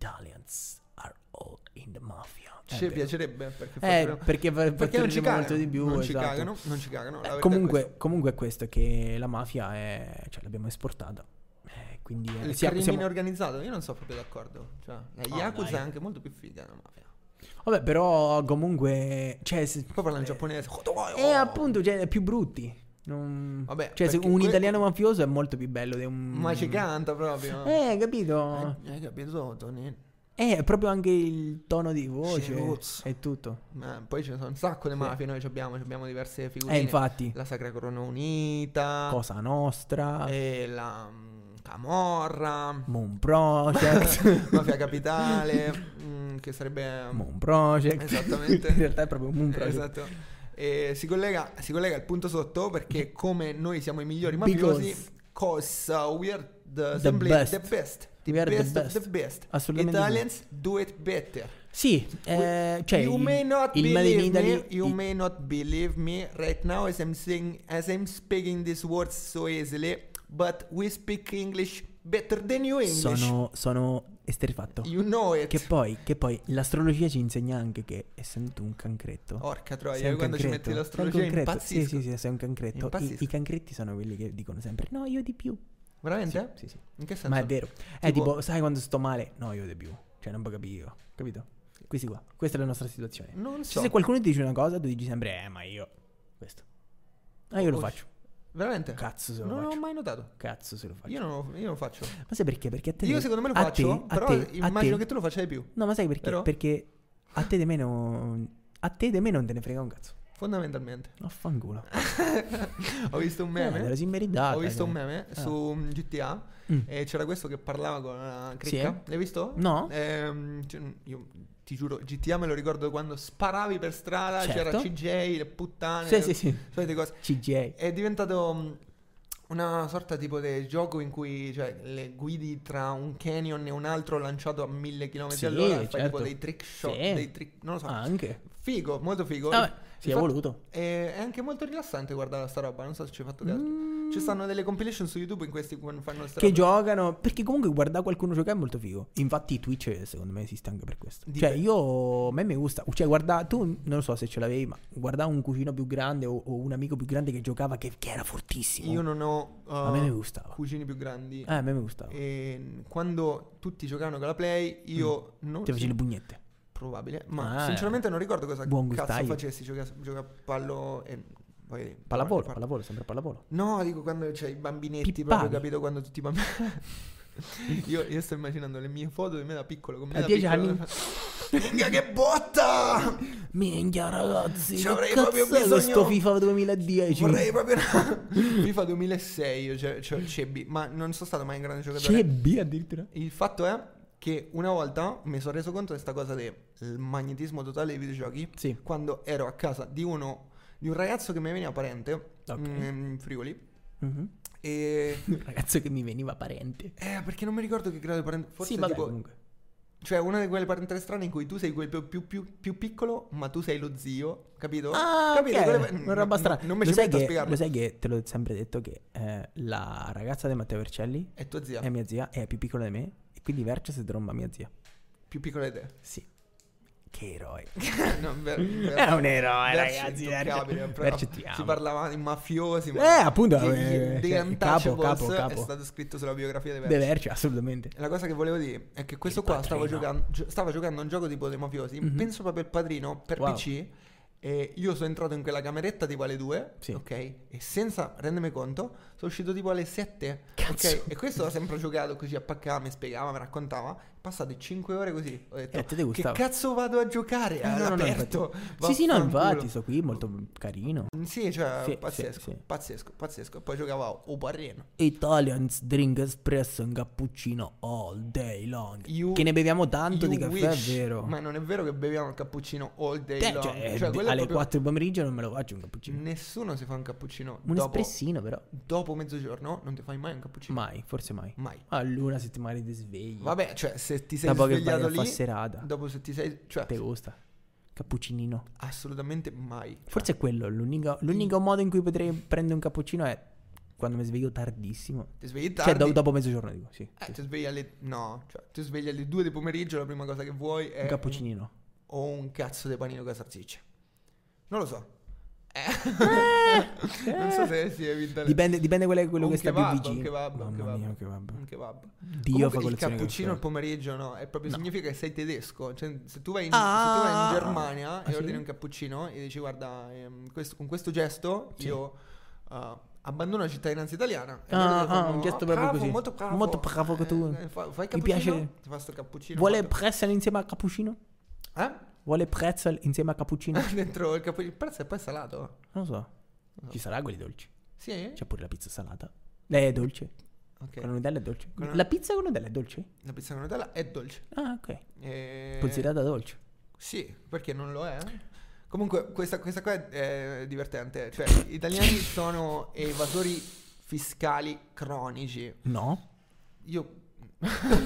Italians are all in the mafia. Eh, Ci vero. piacerebbe perché Eh, farebbero- perché fa- perché non fatturerebbe molto ci cagano, di più, non ci esatto. cagano, non ci cagano, la Beh, verità è comunque, comunque è questo che la mafia è, cioè, l'abbiamo esportata. Eh, quindi eh, Il sia- crimine siamo- organizzato, io non sono proprio d'accordo. Cioè, la Ah, Yakuza dai. è anche molto più figa della mafia. Vabbè, però comunque cioè, se- Poi parlano in giapponese. "Oh, eh, appunto, cioè, più brutti. Non- Vabbè, cioè, se perché un que- italiano mafioso è molto più bello di un Ma ci canta proprio. Eh, capito? Hai capito, Tony? Eh, è proprio anche il tono di voce Scherzo. e tutto. Ma poi ce ne sono un sacco di mafie, noi ci abbiamo, ci abbiamo diverse figure. Eh, infatti, La Eh. Sacra Corona Unita. Cosa Nostra, E la mm, Camorra. Moon Project, mafia Capitale. mm, che sarebbe... Moon Project. Esattamente. In realtà è proprio Moon Project. Esatto. E si collega, si collega al punto sotto perché come noi siamo i migliori Mm-hmm. Because- mafiosi, cause uh, we are the, The simply best. the best. We are the best of best. the best. Assolutamente sì. Italians do it better. Sì, eh, cioè you il, may not il Made in believe me, Italy you i- may not believe me right now as I'm saying as I'm speaking these words so easily, but we speak English better than you English. sono, sono esterfatto. You know it. Che poi, che poi l'astrologia ci insegna anche che essendo tu un cancretto, Porca sei troia, un io quando ci cancretto, metti sei un l'astrologia cancretto. impazzisco. Sì, sì, sì, sei un cancretto. I, Impazzisco. i cancretti sono quelli che dicono sempre "No, io di più". Veramente? Sì, sì, sì. In che senso? Ma è vero. È Tipo- tipo, sai quando sto male? No, io di più. Cioè, non puoi capire. Capito? Questi qua. Questa è la nostra situazione. Non so. Cioè, se qualcuno ti dice una cosa, tu dici sempre, eh, ma io. Questo. Ah, io lo Oh, faccio. Veramente? Cazzo se lo non l'ho faccio. mai notato. Cazzo se lo faccio. Io non lo, io lo faccio. Ma sai perché? Perché a te. Io secondo me lo a faccio, te- a però te- a immagino te- che tu lo faccia di più. No, ma sai perché? Vero? Perché a te di me non. A te di me non te ne frega un cazzo. Fondamentalmente. Affanculo. Ho visto un Eh, te meme. lo sei meritata, ho visto cioè. un meme Ah. su mm, GTA Mm. e c'era questo che parlava con una Sì, cricca. eh? L'hai visto? No. Ehm, c- io ti giuro, GTA me lo ricordo quando sparavi per strada, c'era Certo. CJ, le puttane. Sì, sì, sì. Solite cose. CJ. È diventato mm, una sorta tipo di gioco in cui cioè, le guidi tra un canyon e un altro lanciato a 1000 km Sì, all'ora e fai certo. tipo dei trick shot, Sì. dei trick, non lo so. Anche. Ah, Figo, molto figo. Vabbè, si è Infatti- voluto. e- è anche molto rilassante guardare sta roba, non so se ci hai fatto caso. Ci stanno delle compilation su YouTube in questi quando fanno sta Mm. Che roba. giocano. Perché comunque guardare qualcuno giocare è molto figo. Infatti, Twitch secondo me esiste anche per questo. Dipende. Cioè, io. A me mi gusta. Cioè, guarda, tu non lo so se ce l'avevi, ma guardare un cugino più grande o, o un amico più grande che giocava, che, che era fortissimo. Io non ho uh, A me mi gustava. cugini più grandi. Eh, a me mi gustava. E quando tutti giocavano con la Play, io non Mm. Ti facevi le pugnette. probabile, ma Ah, sinceramente non ricordo cosa buon cazzo gustaio. facessi gioca gioca a pallo e poi Pallavolo, par- pallavolo, sempre pallavolo. No, dico quando c'è i bambinetti, Pippavi. proprio capito quando tutti i bambini io, io sto immaginando le mie foto di me da piccolo con me A da 10 piccolo. Minchia, che botta! Minchia ragazzi, Ci che avrei cazzo proprio è bisogno- questo FIFA 2010? Vorrei proprio FIFA 2006, io ce- ce- Cebbi, ma non sono stato mai un grande giocatore. C'è B addirittura. Il fatto è che una volta mi sono reso conto di questa cosa del magnetismo totale dei videogiochi Sì. quando ero a casa di uno di un ragazzo che mi veniva parente Ok. mm, in Friuli Mhm. e Un ragazzo che mi veniva parente. eh, perché non mi ricordo che grado di parente forse sì, vabbè, tipo comunque. cioè una di quelle parentele strane in cui tu sei quel più, più, più- più piccolo ma tu sei lo zio capito? Ah, capito? ok, Quelle- una roba no, strana. non mi lo, ci sai metto a che, spiegarlo lo sai che te l'ho sempre detto che eh, la ragazza di Matteo Vercelli è tua zia è mia zia, è più piccola di me e quindi Verce si tromba mia zia. più piccola di te Sì. Che eroe. no, ver- ver- È un eroe, Verci ragazzi. intoccabile, Verce, però Verce ti Si amo. parlava di mafiosi. Eh, appunto, di- eh, dei cioè, capo, Untouchables capo, È capo. stato scritto sulla biografia di De Verci. Verce, assolutamente. La cosa che volevo dire è che questo qua stava padrino. giocando, gio- stava giocando a un gioco tipo dei mafiosi. Penso proprio il padrino per Mhm. Wow. PC. E io sono entrato in quella cameretta tipo alle 2, Sì. ok? E senza rendermi conto, sono uscito tipo alle 7. Cazzo. Ok? E questo ha sempre giocato così a paccà, mi spiegava, mi raccontava. passate 5 ore così. Ho detto, Eh, te te che gustava. cazzo vado a giocare Eh, no, no, no, all'aperto? Sì, sì, no, Vaffanculo. infatti, sto qui, molto carino. Sì, cioè, Sì, sì, pazzesco, sì. pazzesco, pazzesco. E poi giocava a Obarreno. Italians drink espresso in cappuccino all day long. You- che ne beviamo tanto di You caffè, wish. è vero. Ma non è vero che beviamo il cappuccino all day Te- long. cioè, Cioè, d- quello è alle proprio- 4 del pomeriggio non me lo faccio un cappuccino. Nessuno si fa un cappuccino Un dopo, espressino, però. dopo mezzogiorno, non ti fai mai un cappuccino. Mai, forse mai. Mai. All'una settimana di svegli. Vabbè, cioè, se ti sei Dopo che vai svegliato a lì, fa serata. dopo se ti sei, cioè, Te gusta. Cappuccinino. assolutamente mai. Forse è quello. L'unico, l'unico modo in cui potrei prendere un cappuccino è quando mi sveglio tardissimo. Ti svegli Cioè, tardi. do- dopo mezzogiorno, dico, sì. eh, ti svegli alle no, cioè, ti svegli alle 2 di pomeriggio, la prima cosa che vuoi è Un cappuccinino. o un cazzo di panino con la salsiccia. Non lo so. Eh. non so se si evita Eh. Dipende, dipende quello, quello eh, Un che sta kebab, più vicino. un kebab, un Mamma kebab. mia, un kebab. un kebab. Dio fa Comunque, il colazione con cappuccino al questo. pomeriggio no, è proprio significa che sei tedesco. Cioè, se tu vai in, se tu vai Ah. in Germania Ah, e sì? ordini un cappuccino e dici guarda, ehm, questo- con questo gesto Sì. io eh, abbandono la cittadinanza italiana. E Ah, loro ti ah, fanno, un gesto "Ah, proprio bravo, così. Molto bravo. Molto bravo che tu- Eh, fa- fai il Mi cappuccino, piace- ti fa sto cappuccino. Vuole molto- pretzel insieme a cappuccino? eh? Vuole pretzel insieme a cappuccino? Non Dentro il cappuccino. Il prezzo è poi salato. lo so. Ci sarà quelli dolci. Sì? C'è pure la pizza salata. Lei è dolce. Ok. Con la Nutella è dolce. Con la- La pizza con Nutella è dolce? La pizza con Nutella è dolce. Ah, ok. Eh, Considerata dolce. Sì, perché non lo è? Comunque, questa, questa qua è, è divertente. Cioè, gli italiani sono evasori fiscali cronici. No, Io.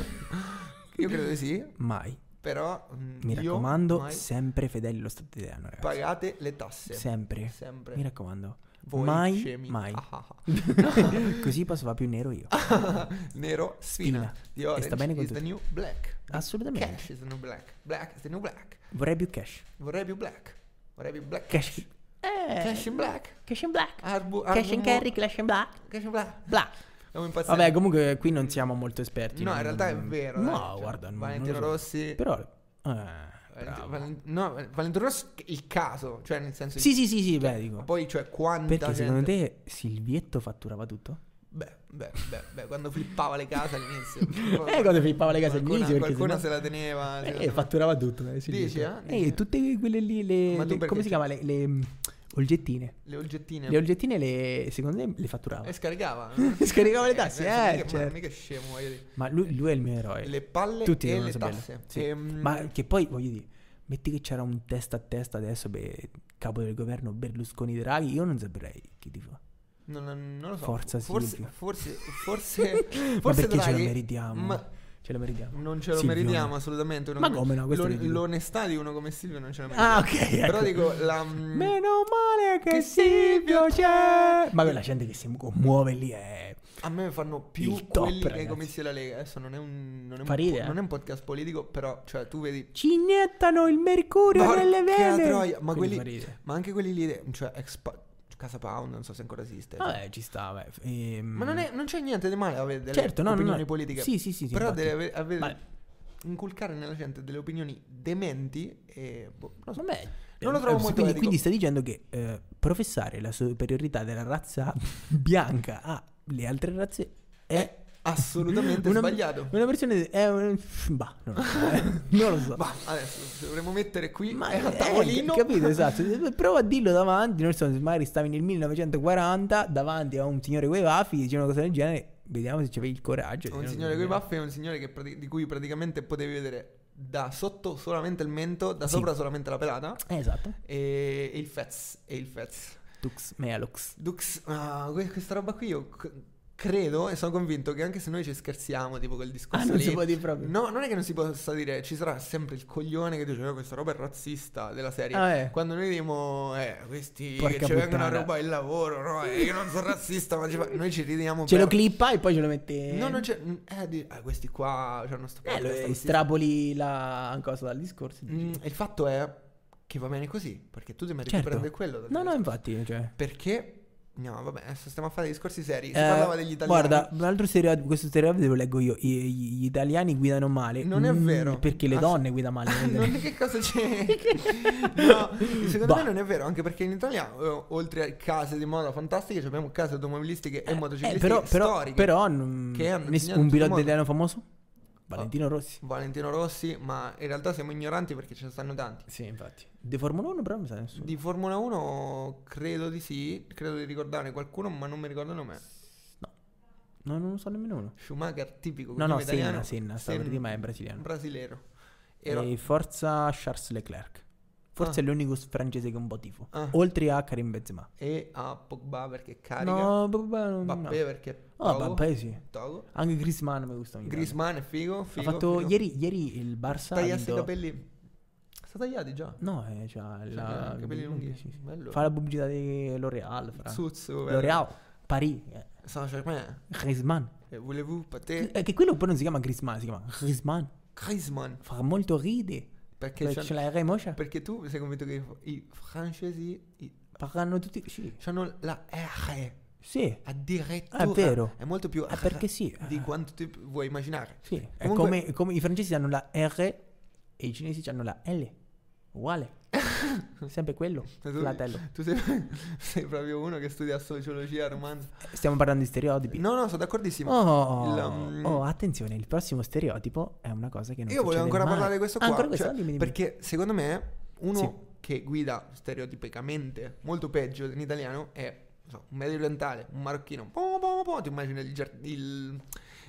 io credo di sì, mai. però. mm, Mi io raccomando, mai sempre fedeli allo Stato italiano, ragazzi. pagate le tasse. Sempre. Sempre. Mi raccomando. Voi mai, scemi. mai. Ah, ah, ah. Così posso fare più nero io. Nero sfina. Sfina. Di E Orange sta bene con is the tutti. new black. Assolutamente. Cash is the new black. Black is the new black. Vorrei più cash. Vorrei più black. Vorrei più black. Cash. Eh, Cash in black. Cash in black. Arbu- cash in Arbu- carry, cash in black. Cash in black. Black. Siamo impazziti. Vabbè, comunque qui non siamo molto esperti. No, in non- realtà è vero. No, dai, cioè, guarda, non- Valentino non lo so. Rossi. Però... eh, Valent- bravo. Valen- no, Valentino Rossi il caso, cioè nel senso Sì, sì, sì, sì, beh, dico. poi cioè quanta Perché gente- secondo te Silvietto fatturava tutto? Beh, beh, beh, beh, quando flippava le case all'inizio. Eh, quando flippava le case Qualcuna- all'inizio perché qualcuna sennò- Eh, se la teneva, se la E teneva. fatturava tutto. Eh, Silvietto. Dici, eh? Eh, Dici. tutte quelle lì, le, Ma tu le- perché come si c'è? chiama? Le, le, mm, olgettine. le oggettine Le olgettine, le, secondo me, le fatturava. e scaricava. Scaricava le tasse, eh, mica, ma certo. mica scemo, voglio dire. Ma lui, lui è il mio eroe. Le palle Tutti e devono le saperlo. tasse. Sì. Ehm, Ma che poi, voglio dire, metti che c'era un testa a testa adesso per capo del governo Berlusconi Draghi, io non saprei chi ti fa. Non, non- non lo so. Forza, forse, Silvio. forse, forse, forse Ma perché ce Draghi- lo meritiamo? ma- Mm. Ce lo meritiamo. Non ce lo Silvio. meritiamo assolutamente. uno Ma come no, questo l'on- lo dico. l'onestà di uno come Silvio non ce la meritiamo. Ah, ok. Ecco. Però dico, la, mm, Meno male che, Che Silvio c'è. Ma quella gente che si commuove lì è. a me fanno più Il top, quelli che ragazzi. comizi la Lega. Adesso non è un, non è un, Fa ridere, eh. non è un podcast politico, però, cioè, tu vedi... Ci iniettano il mercurio Porca nelle vene. troia, ma, Quindi quelli, fa ridere. ma anche quelli lì, cioè, ex pa- Casa Pound, non so se ancora esiste. Vabbè, ci sta. beh. Ehm, Ma non, è- non c'è niente di male avere delle Certo, no, no, opinioni no. politiche. Sì, sì, sì, sì, Però infatti. deve avere, avere- Ma- inculcare nella gente delle opinioni dementi e... boh, non so. Vabbè. Non lo trovo molto eh, quindi, etico. quindi sta dicendo che eh, professare la superiorità della razza bianca alle altre razze è Assolutamente una- sbagliato. Una persona è un- bah, non lo so. eh. Non lo so. Ma adesso dovremmo mettere qui Ma eh, a eh, tavolino. capito, esatto. Prova a dirlo davanti, non so, se magari stavi nel 1940 davanti a un signore coi baffi, diceva una cosa del genere, vediamo se c'avevi il coraggio. di Un dire una signore cosa del coi genere. baffi è un signore che prati- di cui praticamente potevi vedere da sotto solamente il mento, da sopra solamente la pelata Eh, Esatto. e e il fez. E il fez. Tux Mealux. Dux, ah, que- questa roba qui io c- credo e sono convinto che anche se noi ci scherziamo, tipo quel discorso Ah, non lì, si può dire proprio. No, non è che non si possa dire, ci sarà sempre il coglione che dice "Oh, questa roba è razzista della serie. Ah, eh. Quando noi dimo eh, questi Porca che ci vengono a puttana. rubare il lavoro, no, eh, io non sono razzista, ma ci fa-" noi ci ridiamo Ce lo per- clippa e poi ce lo mette. No, non c'è. mm, Eh, di- eh, questi qua c'hanno sto Eh, podcast lo razzista. estrapoli la cosa dal discorso. e dici- Mm, il fatto è che va bene così, perché tu ti meriti di Certo. prendere quello. dal No, no, discorso. infatti, cioè. Perché? No, vabbè, adesso stiamo a fare discorsi seri. Si Eh, parlava degli italiani. Guarda, un altro stereotipo, questo stereotipo lo leggo io. I- Gli, italiani guidano male. Non è Mm, vero. Perché le Ass- donne guidano male. non che cosa c'è? no, secondo Bah. me non è vero, anche perché in Italia, eh, oltre a case di moda fantastiche, cioè abbiamo case automobilistiche e Eh, motociclistiche però, però, storiche. però non- che hanno ness- insegnato un tutto Oh. pilota modo. italiano famoso? Valentino Rossi. Valentino Rossi, ma in realtà siamo ignoranti perché ce ne stanno tanti. Sì, infatti. Di Formula 1 però non mi sa nessuno. Di Formula 1 credo di sì, credo di ricordare qualcuno, ma non mi ricordo il nome. No, non lo so nemmeno uno. Schumacher, tipico No, no, cognome Senna, italiano. Senna, stavo per dire, ma è brasiliano. Brasilero. Era- E forza Charles Leclerc. Forse Ah. è l'unico francese che un po' tifo. Ah. Oltre a Karim Benzema. E a Pogba perché carica. No, Pogba non- no. Mbappé perché Ah, Togo. Mbappé sì. Togo. Anche Griezmann mi gusta ogni tanto. Griezmann è figo, Ha figo. fatto figo. ieri, ieri il Barça ha Tagliarsi i vinto- capelli. Sta tagliati già. No, eh, cioè, la... i capelli lunghi. eh. sì, sì. Bello. Fa la pubblicità di L'Oreal, fra. Zuzzo. bello. L'Oreal, Paris, eh, Saint Germain. Griezmann. E volevo Che- patè. eh, Che quello poi non si chiama Griezmann, si chiama Griezmann. Griezmann. Fa molto ride. Cioè, Perché, Perché c'han- ce l'hai remoscia? perché tu sei convinto che i- i francesi i- Parlano tutti... Sì. hanno la R Sì. Ah, addirittura. È vero. È molto più Ah, perché sì. di quanto ti vuoi immaginare. Sì, è Comunque- come, come i francesi hanno la R e i cinesi hanno la L. Uguale. Sempre quello. Tu- Fratello. Tu sei, sei proprio uno che studia sociologia, romanzo. Stiamo parlando di stereotipi. No, no, sono d'accordissimo. Oh, Il, um, oh, attenzione, il prossimo stereotipo è una cosa che non Io succede volevo ancora mai. Ah, parlare di questo qua. Ancora questo? cioè, Dimmi, dimmi. Perché secondo me uno Sì. che guida stereotipicamente molto peggio in italiano è non so, un medio orientale, un marocchino. Po, po, po, ti immagini il. giard- il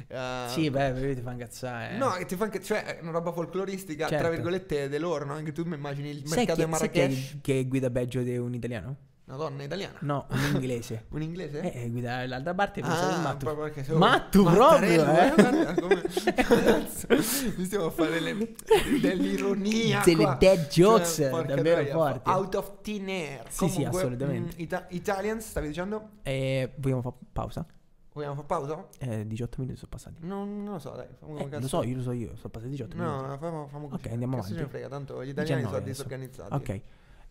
eh, Sì, beh, beh, ti fa incazzare. eh. No, che ti fa anche. Cioè, è una roba folcloristica, tra Certo. virgolette, di loro, no? Anche tu mi immagini il sai mercato chi, di sai chi è Marrakesh. il- che guida peggio di un italiano? Una donna italiana. No, un inglese. Un inglese? Mm. eh, eh, guida dall'altra parte penso Ah, che Mattu. proprio perché sono- Mattu proprio, eh. Mattarello, guarda come- Cazzo, Mi stiamo a fare le- dell'ironia Delle qua. Cioè, dead jokes, porca davvero forti. Out of thin air Sì, sì, Comunque, assolutamente. mh, Ita- Italians, stavi dicendo? Eh, vogliamo fare pausa? Vogliamo fare pausa? Eh, 18 minuti sono passati. No, non lo so, dai famo Eh, come cazzo. lo so, io lo so io, sono passati 18 minuti. No, famo, famo così Ok, andiamo Cazzo ce ne avanti. frega, tanto gli italiani 19 sono adesso. disorganizzati Ok.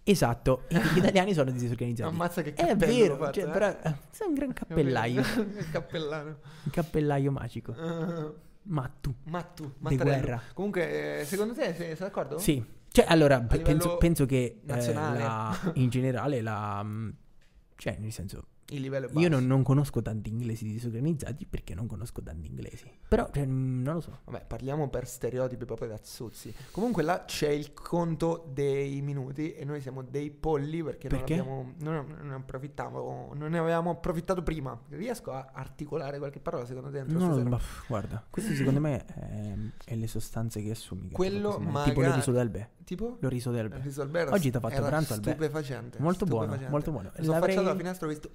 Esatto, e gli italiani sono disorganizzati. Ammazza che È cappello vero, l'ho fatto, cioè, eh. però eh, sei un gran cappellaio, Il Cappellano un cappellaio magico. Eh, Ma tu. Mattu, Di Mattarello. guerra. Comunque, eh, secondo te sei, sei d'accordo? Sì. Cioè, allora, pe- penso, livello penso che eh, nazionale. la- in generale la... mm, Cioè, nel senso, Il livello è basso io non, non conosco tanti inglesi disorganizzati perché non conosco tanti inglesi. Però, cioè, mm, non lo so. Vabbè, parliamo per stereotipi proprio da zuzzi. Comunque là c'è il conto dei minuti e noi siamo dei polli perché, Perché? non abbiamo non, non approfittavo, non ne avevamo approfittato prima. Riesco a articolare qualche parola secondo te? entro No, stasera? ma f- guarda, questo secondo me è, è le sostanze che assumi. che Quello cose mai. Tipo magari- l'oriso d'albe. Tipo? L'oriso d'albe. Lorenzo Alberto Oggi ti ho fatto era pranzo, Alberto. stupefacente. Molto buono, stupefacente. molto buono. Mi sono L'avrei- affacciato alla finestra e ho visto...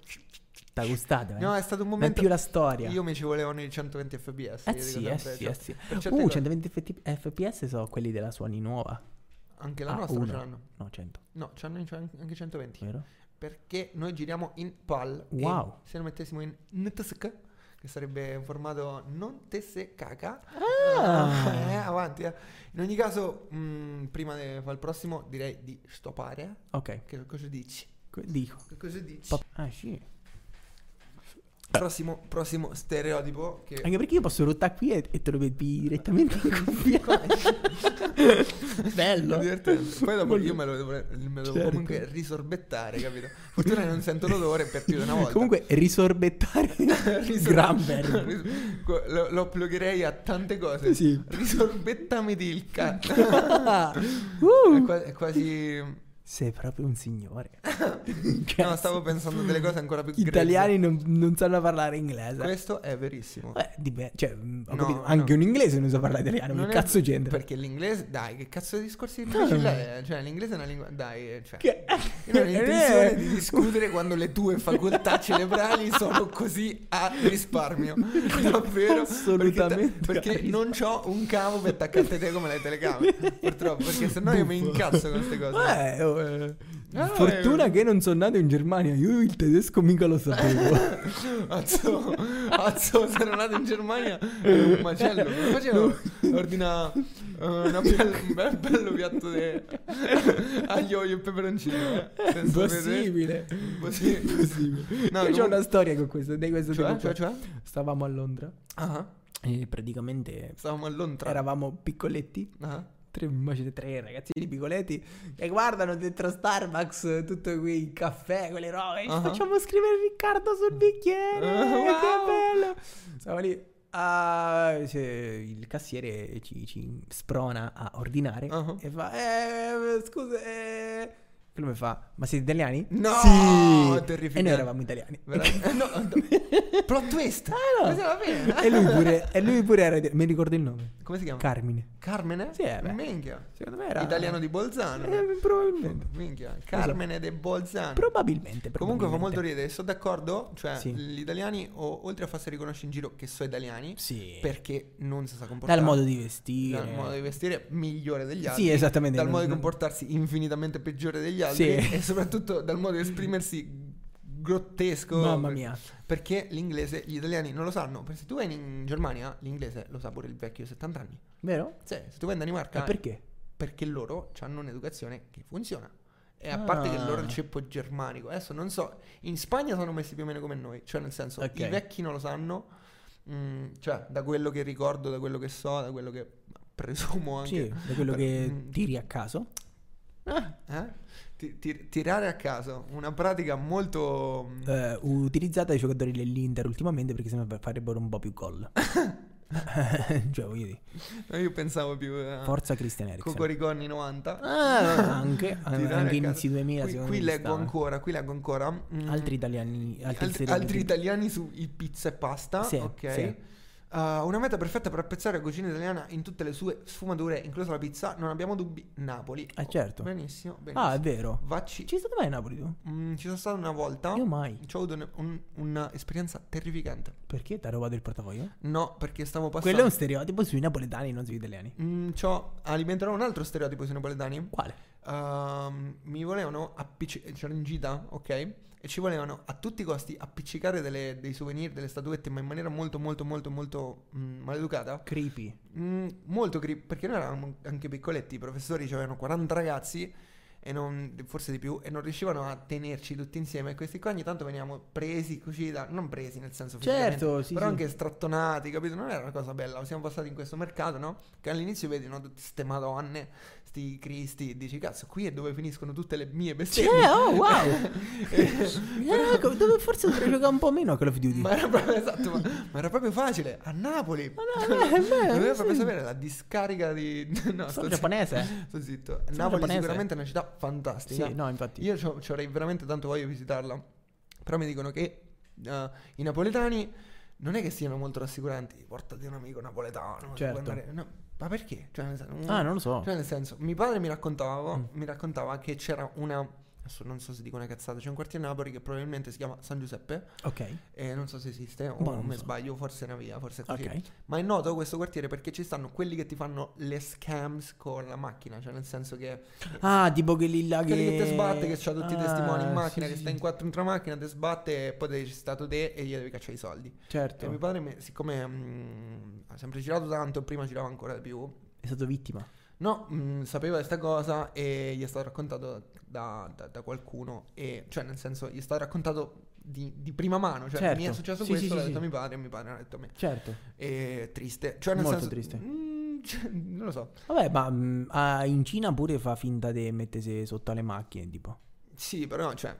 T'ha gustato, eh? No, è stato un Ma è momento... più la storia. Io mi ci volevano i 120 fps. Eh io sì, dico eh sempre, sì, cioè, eh sì. per certe Uh, cose- 120 FT FPS sono quelli della Sony nuova. Anche la Ah, nostra ce uno. l'hanno. No, 100, No, c'hanno in- c'hanno anche 120. vero? Perché noi giriamo in PAL. e Wow. se lo mettessimo in NTSC, che sarebbe un formato non tesse caca. Ah. eh, avanti. eh. In ogni caso, mm, prima di fare il prossimo, direi di stoppare. eh. Ok, Che cosa dici? que- dico. Che cosa dici? Pop- Ah sì. Prossimo, prossimo stereotipo. Che Anche perché io posso ruttare qui e, e te lo vedi direttamente in cuffia. Bello. È divertente. Poi dopo Voglio- io me lo devo, me lo devo Certo. comunque risorbettare, capito? Fortuna che non sento l'odore per più di una volta. Comunque risorbettare Risor- gran verbo. Ris- que- lo, lo plugherei a tante cose. Sì. Risorbettami di il cazzo. È, Uh, qua- è quasi. sei proprio un signore. No, stavo pensando a delle cose ancora più Gli grezze. italiani non, non sanno parlare inglese. Questo è verissimo. Eh, dipende- cioè, mh, ho No, capito, anche no. un inglese non sa parlare italiano, Non che è- cazzo c'entra? Perché l'inglese, dai, che cazzo di discorsi imbecille è? Cioè, l'inglese è una lingua. Dai, cioè. Che- Eh. Io non ho intenzione di discutere quando le tue facoltà cerebrali sono così a risparmio. Davvero? Assolutamente Perché, a perché non ho un cavo per attaccarti te come le telecamere. Purtroppo, perché sennò io mi Buffo. incazzo con queste cose. Eh, oh, eh. Ah, Fortuna eh. che non sono nato in Germania, io il tedesco mica lo sapevo. Azzo, azzo, sono nato in Germania. Era un macello. Come facevo? Ordina eh, una bella- un bel bello piatto di aglio, olio e peperoncino. eh. Senza Impossibile. vedere- Impossibile. Impossibile. No, io comunque- ho una storia con questo, di questo Cioè, tipo qua. cioè, cioè? Stavamo a Londra Ah, e praticamente stavamo a Londra. eravamo piccoletti. Ah. Tre, immagino tre ragazzini piccoletti che guardano dentro Starbucks tutto quei caffè, quelle robe. Ci Ah. facciamo scrivere Riccardo sul bicchiere. Ah, wow. Che bello! Stavo lì. ah, se il cassiere ci, ci sprona a ordinare Ah. e fa, eh, scusa, eh. E lui mi fa, ma siete italiani? No, Sì! E terrificante. noi eravamo italiani. Veramente? eh, No, no. Plot twist. Ah, no. Questa era vera. e, lui pure, e lui pure era, di- mi ricordo il nome, Come si chiama? Carmine. Carmene? Sì, eh, beh. Minchia. Secondo me era... Italiano di Bolzano. Eh, probabilmente. Minchia. Carmene de Bolzano. Probabilmente, Comunque fa molto probabilmente. ridere, sono d'accordo, cioè Sì. gli italiani o- oltre a farsi riconoscere in giro che sono italiani, Sì. perché non si sa comportare. Dal modo di vestire. dal modo di vestire migliore degli Sì, altri. esattamente, Dal non- modo di non- comportarsi infinitamente peggiore degli altri Sì. e soprattutto dal modo di esprimersi grottesco. Mamma per- mia. Perché l'inglese gli italiani non lo sanno, perché se tu vai in Germania l'inglese lo sa pure il vecchio di 70 anni. Vero? Sì, se tu vai in Ma Danimarca perché? perché loro hanno un'educazione che funziona. E a Ah. parte che loro il ceppo germanico, adesso non so, in Spagna sono messi più o meno come noi, cioè nel senso Ok. i vecchi non lo sanno, mm, cioè da quello che ricordo, da quello che so, da quello che presumo Sì, anche. da quello Però, che mm, tiri a caso. eh? Ti- ti- tirare a caso, una pratica molto... mm, eh, utilizzata dai giocatori dell'Inter ultimamente perché sembra farebbero un po' più gol. cioè, voglio dire, mm, Io pensavo più... eh, a forza Christian Eriksen. Cocorico anni 90. Ah, anche, anche Tirare a in caso. inizi 2000 Qui, secondo qui me ci leggo stava. ancora, qui leggo ancora. mm, Altri italiani, altri, altri, stereotipi. altri italiani su il pizza e pasta. Sì, ok. sì. Uh, una meta perfetta per apprezzare la cucina italiana in tutte le sue sfumature, inclusa la pizza. Non abbiamo dubbi. Napoli. Ah, Oh, certo. benissimo, benissimo. Ah, è vero. Vacci. Ci sei stato mai a Napoli tu? Mm, ci sono stato una volta. Mm, Io mai. Ci ho avuto un- un- un'esperienza terrificante. Perché ti ha rubato il portafoglio? No, perché stavo passando. Quello è un stereotipo sui napoletani, non sugli italiani. Mm, c'ho- alimenterò un altro stereotipo sui napoletani. Quale? Ehm, mi volevano appiccicare. C'era in gita, ok? E ci volevano a tutti i costi appiccicare delle- dei souvenir, delle statuette, ma in maniera molto, molto, molto, molto mm, maleducata. Creepy. Mm, molto creepy, perché noi eravamo anche piccoletti. I professori avevano 40 ragazzi, e non- forse di più, e non riuscivano a tenerci tutti insieme. E questi qua ogni tanto venivamo presi, cucita, non presi nel senso fisicamente, Certo, sì, però sì. anche strattonati, capito? Non era una cosa bella. Siamo passati in questo mercato, no? Che all'inizio vedi no, tutte ste madonne, sti cristi, e dici cazzo, qui è dove finiscono tutte le mie bestemmie. Cioè, oh, wow. Eh, ecco, dove forse dovrei giocare un po' meno a Call of Duty. Ma era proprio esatto, ma, ma era proprio facile a Napoli. no, eh, beh, Dovevo sì. proprio sapere la discarica di. No, Sono sto giapponese. zitto. Sto zitto. Sono Napoli giapponese. sicuramente è una città fantastica. Sì, no, infatti. Io c'ho- ci avrei veramente tanto voglia di visitarla. Però mi dicono che eh, i napoletani non è che siano molto rassicuranti. Portati un amico napoletano. si può Certo. andare- no, ma perché? Cioè, nel senso, Ah, Mm. non lo so. cioè, nel senso, mio padre mi raccontava, mi raccontava che c'era una. Adesso non so se dico una cazzata. C'è un quartiere a Napoli che probabilmente si chiama San Giuseppe. Ok. Eh, non so se esiste o Boh, non mi so. sbaglio, forse è una via, forse è così. Ok. Ma è noto questo quartiere perché ci stanno quelli che ti fanno le scams con la macchina, cioè nel senso che Ah, tipo che lì là che... quelli che ti sbatte, che c'ha tutti i Ah, testimoni in sì, macchina, sì, che sì. sta in quattro in tre macchina, ti sbatte e poi te ci stato te e gli devi cacciare i soldi. E Certo, mio padre, mi- siccome mm, ha sempre girato tanto, prima girava ancora di più, è stato vittima. No, mm, sapeva questa cosa e gli è stato raccontato da, da- da qualcuno, e, cioè nel senso gli è stato raccontato di, di prima mano, cioè Certo. mi è successo Sì, questo, sì, l'ha sì, detto sì. mio padre e mio padre l'ha detto a me. Certo. E triste, cioè nel Molto senso... triste. mm, cioè, non lo so. Vabbè, ma mh, ah, in Cina pure fa finta di mettersi sotto alle macchine, tipo. Sì, però cioè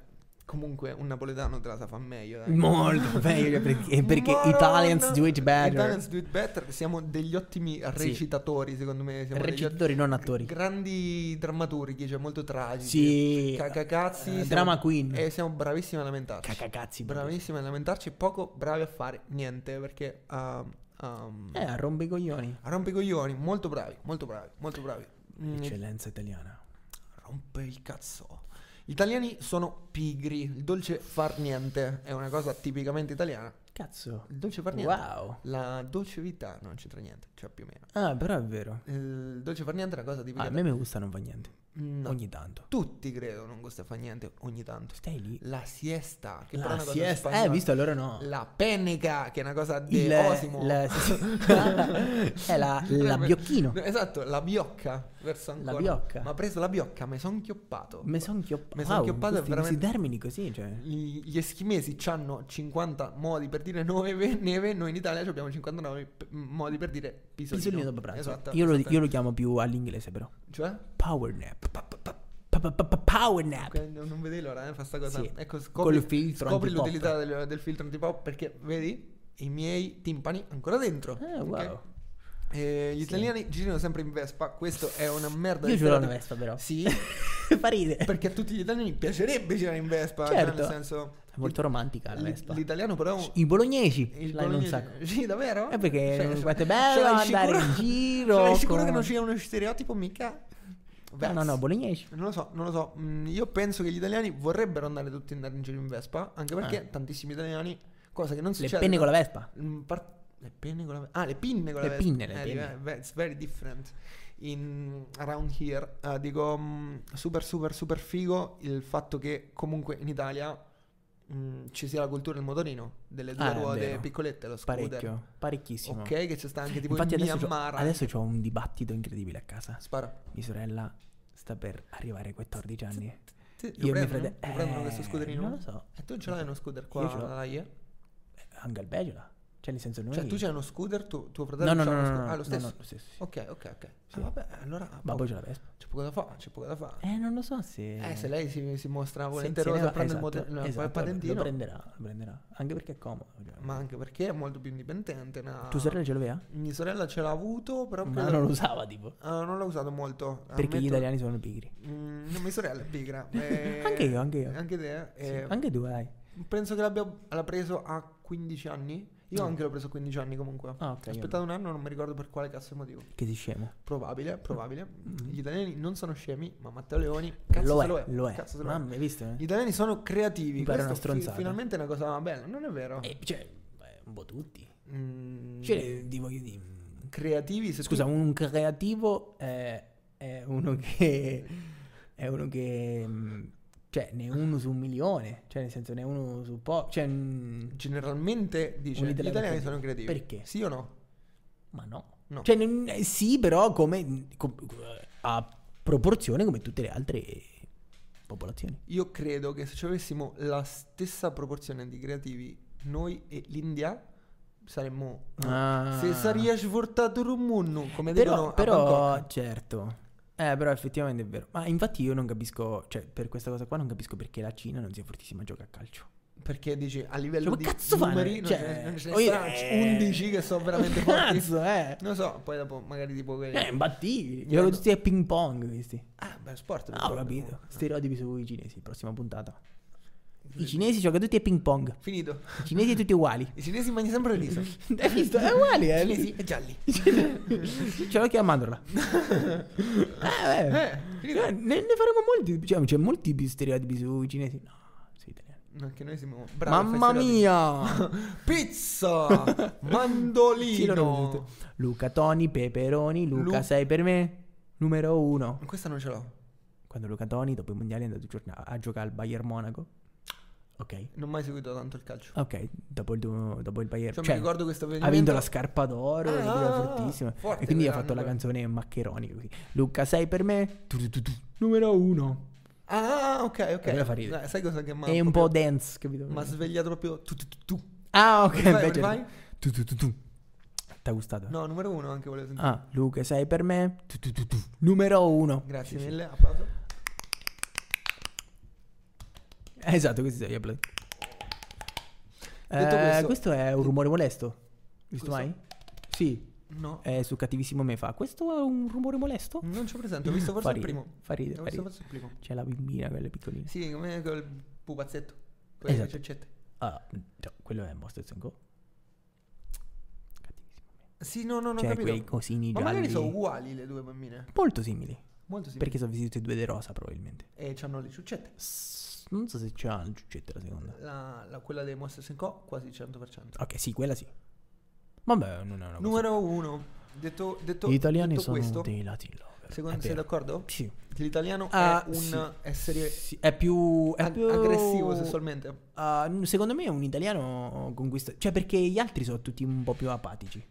comunque un napoletano te la sa fa meglio. Dai. Molto meglio, perché, eh, perché Madonna! Italians do it better. Italians do it better, siamo degli ottimi recitatori secondo me. Siamo degli Recitatori, non attori. grandi drammaturghi, cioè molto tragici. Sì. Cacacazzi. Eh, siamo- drama queen. E siamo bravissimi a lamentarci. Cacacazzi. proprio. Bravissimi a lamentarci e poco bravi a fare niente perché... Um, um, Eh, rompe i coglioni. A rompicoglioni, molto bravi, molto bravi, molto bravi. Mm, Eccellenza italiana. rompe il cazzo. Gli italiani sono pigri, il dolce far niente è una cosa tipicamente italiana. Cazzo. Il dolce far niente. Wow. La dolce vita no, non c'entra niente, cioè più o meno. Ah, però è vero. Il dolce far niente è una cosa Ah, tipica. a me mi gusta non fa niente. No. Ogni tanto. Tutti credo non gusta fa niente ogni tanto. Stai lì. La siesta, che però è La una cosa siesta. spagnola. Eh, visto allora no. La pennica, che è una cosa di Il- Osimo. la- è la, la biocchino. Esatto, la biocca. Verso ancora. biocca. Ma ha preso la biocca, me son chioppato. Me son chioppato. Me son chioppato è Questi veramente- termini così, cioè. Gli gli eschimesi hanno 50 modi per dire neve, neve, noi in Italia abbiamo 59 p- modi per dire pisolino. Pisolino dopo pranzo. Esatto. io, lo, esatto. io lo chiamo più all'inglese, però. Cioè? Power nap. Pa- pa- pa- pa- Power nap. Ok, non non vedi l'ora, eh, fa sta cosa. Sì. Ecco, scopri, Col filtro scopri antipop. l'utilità del, del filtro antipop perché, vedi, i miei timpani ancora dentro. Ah, ok? wow. Eh, gli italiani girano sempre in Vespa, questo è una merda. Io di ce l'ho una stereotipo. Vespa, però. Sì, Fa ridere. perché a tutti gli italiani piacerebbe girare in Vespa, cioè, Certo. nel senso... È molto romantica la l'i- Vespa. L'italiano però... è un- Oh, I bolognesi. il l'hanno un bolognese- sacco. Sì, davvero? Eh, perché Cioè, non- cioè, quanto è bello sarai andare in sicuro- giro Sarai sicuro che con- non sia uno stereotipo mica... No, no, Vespa. no, bolognesi. Non lo so, non lo so. Mm, io penso che gli italiani vorrebbero andare tutti andare in giro in Vespa, anche perché Eh. tantissimi italiani, cosa che non Le succede. penne con la no? Vespa. Mm, par- le penne con la Vespa. Ah, le pinne con Le la Vespa. pinne, le Eh, pinne. diver- it's very different in around here. Ah, dico mm, super super super figo il fatto che comunque in Italia mm, ci sia la cultura del motorino, delle due Ah, è ruote vero. piccolette, lo scooter. Parecchio. Parecchissimo. Ok, che c'è sta anche tipo Infatti in adesso c'ho, Myanmar. adesso c'ho un dibattito incredibile a casa. Spara. Mia sorella sta per arrivare ai 14 anni. Sì, Io lo e mio prendono? fratello- Lo prendono Eh, questo scooterino? non lo so. E tu non ce l'hai uno scooter qua? Io ce l'ho. alla Laie? Eh, Anche al Belgio là. Cioè, nel senso noi... Cioè, tu c'hai uno scooter, tu, tuo fratello No, no, c'ha no, uno no, scooter. no, ah, lo no, stesso. no, lo stesso, sì. Ok, ok, ok. Sì. Ah, vabbè, allora. Ma boh, poi c'è la Vespa. C'è poco da fare, c'è poco da fare. Eh, non lo so se... Eh, se lei si, si mostra se- volenterosa se ne- a prendere esatto, il motor- no, esatto, il patentino, Lo prenderà, lo prenderà. Anche perché è comodo. cioè. ma anche perché è molto più indipendente. una- Tua sorella ce l'aveva? Mia sorella ce l'ha avuto, però Ma credo- non lo usava, tipo. Ah, non l'ha usato molto. Perché gli Ammetto- italiani sono pigri. Mm, no, mia sorella è pigra. eh, Anche io, anche io. Anche te. Sì, eh, Anche tu, dai. Penso che l'abbia l'ha preso a 15 anni. Io Mm. anche l'ho preso a 15 anni comunque. Ah, ok, Ho io aspettato un anno, non mi ricordo per quale cazzo motivo. Che sei scemo. Probabile, probabile. Gli italiani non sono scemi, ma Matteo Leoni cazzo Mm. lo, se è, lo è. lo è. Cazzo se lo è. Mamma, hai visto? eh? Gli italiani sono creativi. Mi pare Questo una fi- stronzata. finalmente è una cosa bella, non è vero? Eh, cioè, eh, un po' tutti. Mm, Cioè, ti voglio dire... creativi, se Scusa, tu- un creativo è, è uno che. È uno che. mm, Cioè, ne è uno su un milione. Cioè, nel senso, ne è uno su poco. Cioè. mm, generalmente dice Un gli italiano italiani creativo. sono creativi. Perché? Sì o no? Ma no. No. Cioè, non- eh, sì, però come. com- a proporzione come tutte le altre popolazioni. Io credo che se ci avessimo la stessa proporzione di creativi noi e l'India saremmo Ah. Se saria svortato rumunno, come dicono Però, a però Bangkok. certo. Eh, però effettivamente è vero. Ma infatti io non capisco. Cioè, per questa cosa qua non capisco perché la Cina non sia fortissima a gioca a calcio. perché dici a Cioè, livello ma di cazzo fanno? numeri non Cioè, ce ne- non ce ne voglio sta dire, eh, 11 che sono veramente forti. Cazzo, eh. Non lo so, poi dopo magari tipo quelli- Eh, imbattibili. Eh, Giocano no. tutti a ping pong questi. Ah, beh, sport. Ah, ho proprio. capito. Stereotipi sui cinesi. Prossima puntata. I cinesi giocano tutti a ping pong. Finito. I cinesi tutti uguali. I cinesi mangiano sempre il riso. Hai visto? È uguale, I eh. cinesi e gialli. Ce l'ho chiamandola. eh, beh. Eh, finito. Eh, ne, ne faremo molti. Cioè, c'è molti più stereotipi sui cinesi. No, sui italiani. Non che noi siamo bravi. a Mamma fare stereotipi. mia. Pizza! Sì, loro Mandolino! tutti. Luca Toni, Peperoni. Luca, Lu- sei per me? Numero uno. Questa non ce l'ho. Quando Luca Toni, dopo i mondiali, è andato a giorna- a giocare al Bayern Monaco. Ok. Non ho mai seguito tanto il calcio. Ok, dopo il, du- dopo il Bayern. Cioè, Eh, cioè, mi ricordo questo ha vinto avvenimento. la scarpa d'oro, Ah, una cosa ah, ah, fortissima. forte e quindi ha quell'anno, fatto la però. canzone Maccheroni. Così. Luca, sei per me? Tu, tu, tu, tu. Numero uno. Ah, ok, ok. Quello fa ridere. Dai, sai cosa che mi ha e un po' dance, capito? Mi ha svegliato proprio tu tu tu tu. Ah, ok. Vai, vai, invece- vai. Tu, tu, tu, tu. T'ha gustato? No, numero uno anche volevo sentire. Ah, Luca, sei per me? Tu, tu, tu, tu. Numero uno. Grazie Ah, Sì, sì. mille, applauso. Eh, Esatto, questi sono gli applausi. Detto Eh, questo, questo- è un rumore molesto. Visto Questo? mai? Sì, No, è su cattivissimo me fa. Questo è un rumore molesto? non ci ho presente, ho visto forse Fa il ridere, primo. Fa ridere, Ho fa visto ridere. forse il primo. C'è la bambina, quella piccolina. Sì, come col pupazzetto. Con le Esatto. ceccette. Ah, no, quello è Monsters and Go. Cattivissimo me. Sì, no, no, non ho Cioè, capito. quei cosini Ma gialli. magari sono uguali le due bambine. Molto simili. Molto simili. Perché sono vestiti tutti e due di rosa, probabilmente. E hanno le ciuccette. S- non so se c'ha il giuccetto la seconda. La, la- quella dei Monsters Co. quasi 100%. Ok, sì, quella sì. Vabbè, non è una cosa. Numero uno. Detto, detto, Gli italiani detto sono questo, dei Latin lover. secondo È sei vero. d'accordo? Sì. L'italiano Ah, è un sì. essere Sì, è più, è ag- più- aggressivo sessualmente. Ah, n- secondo me è un italiano conquista. Cioè, perché gli altri sono tutti un po' più apatici.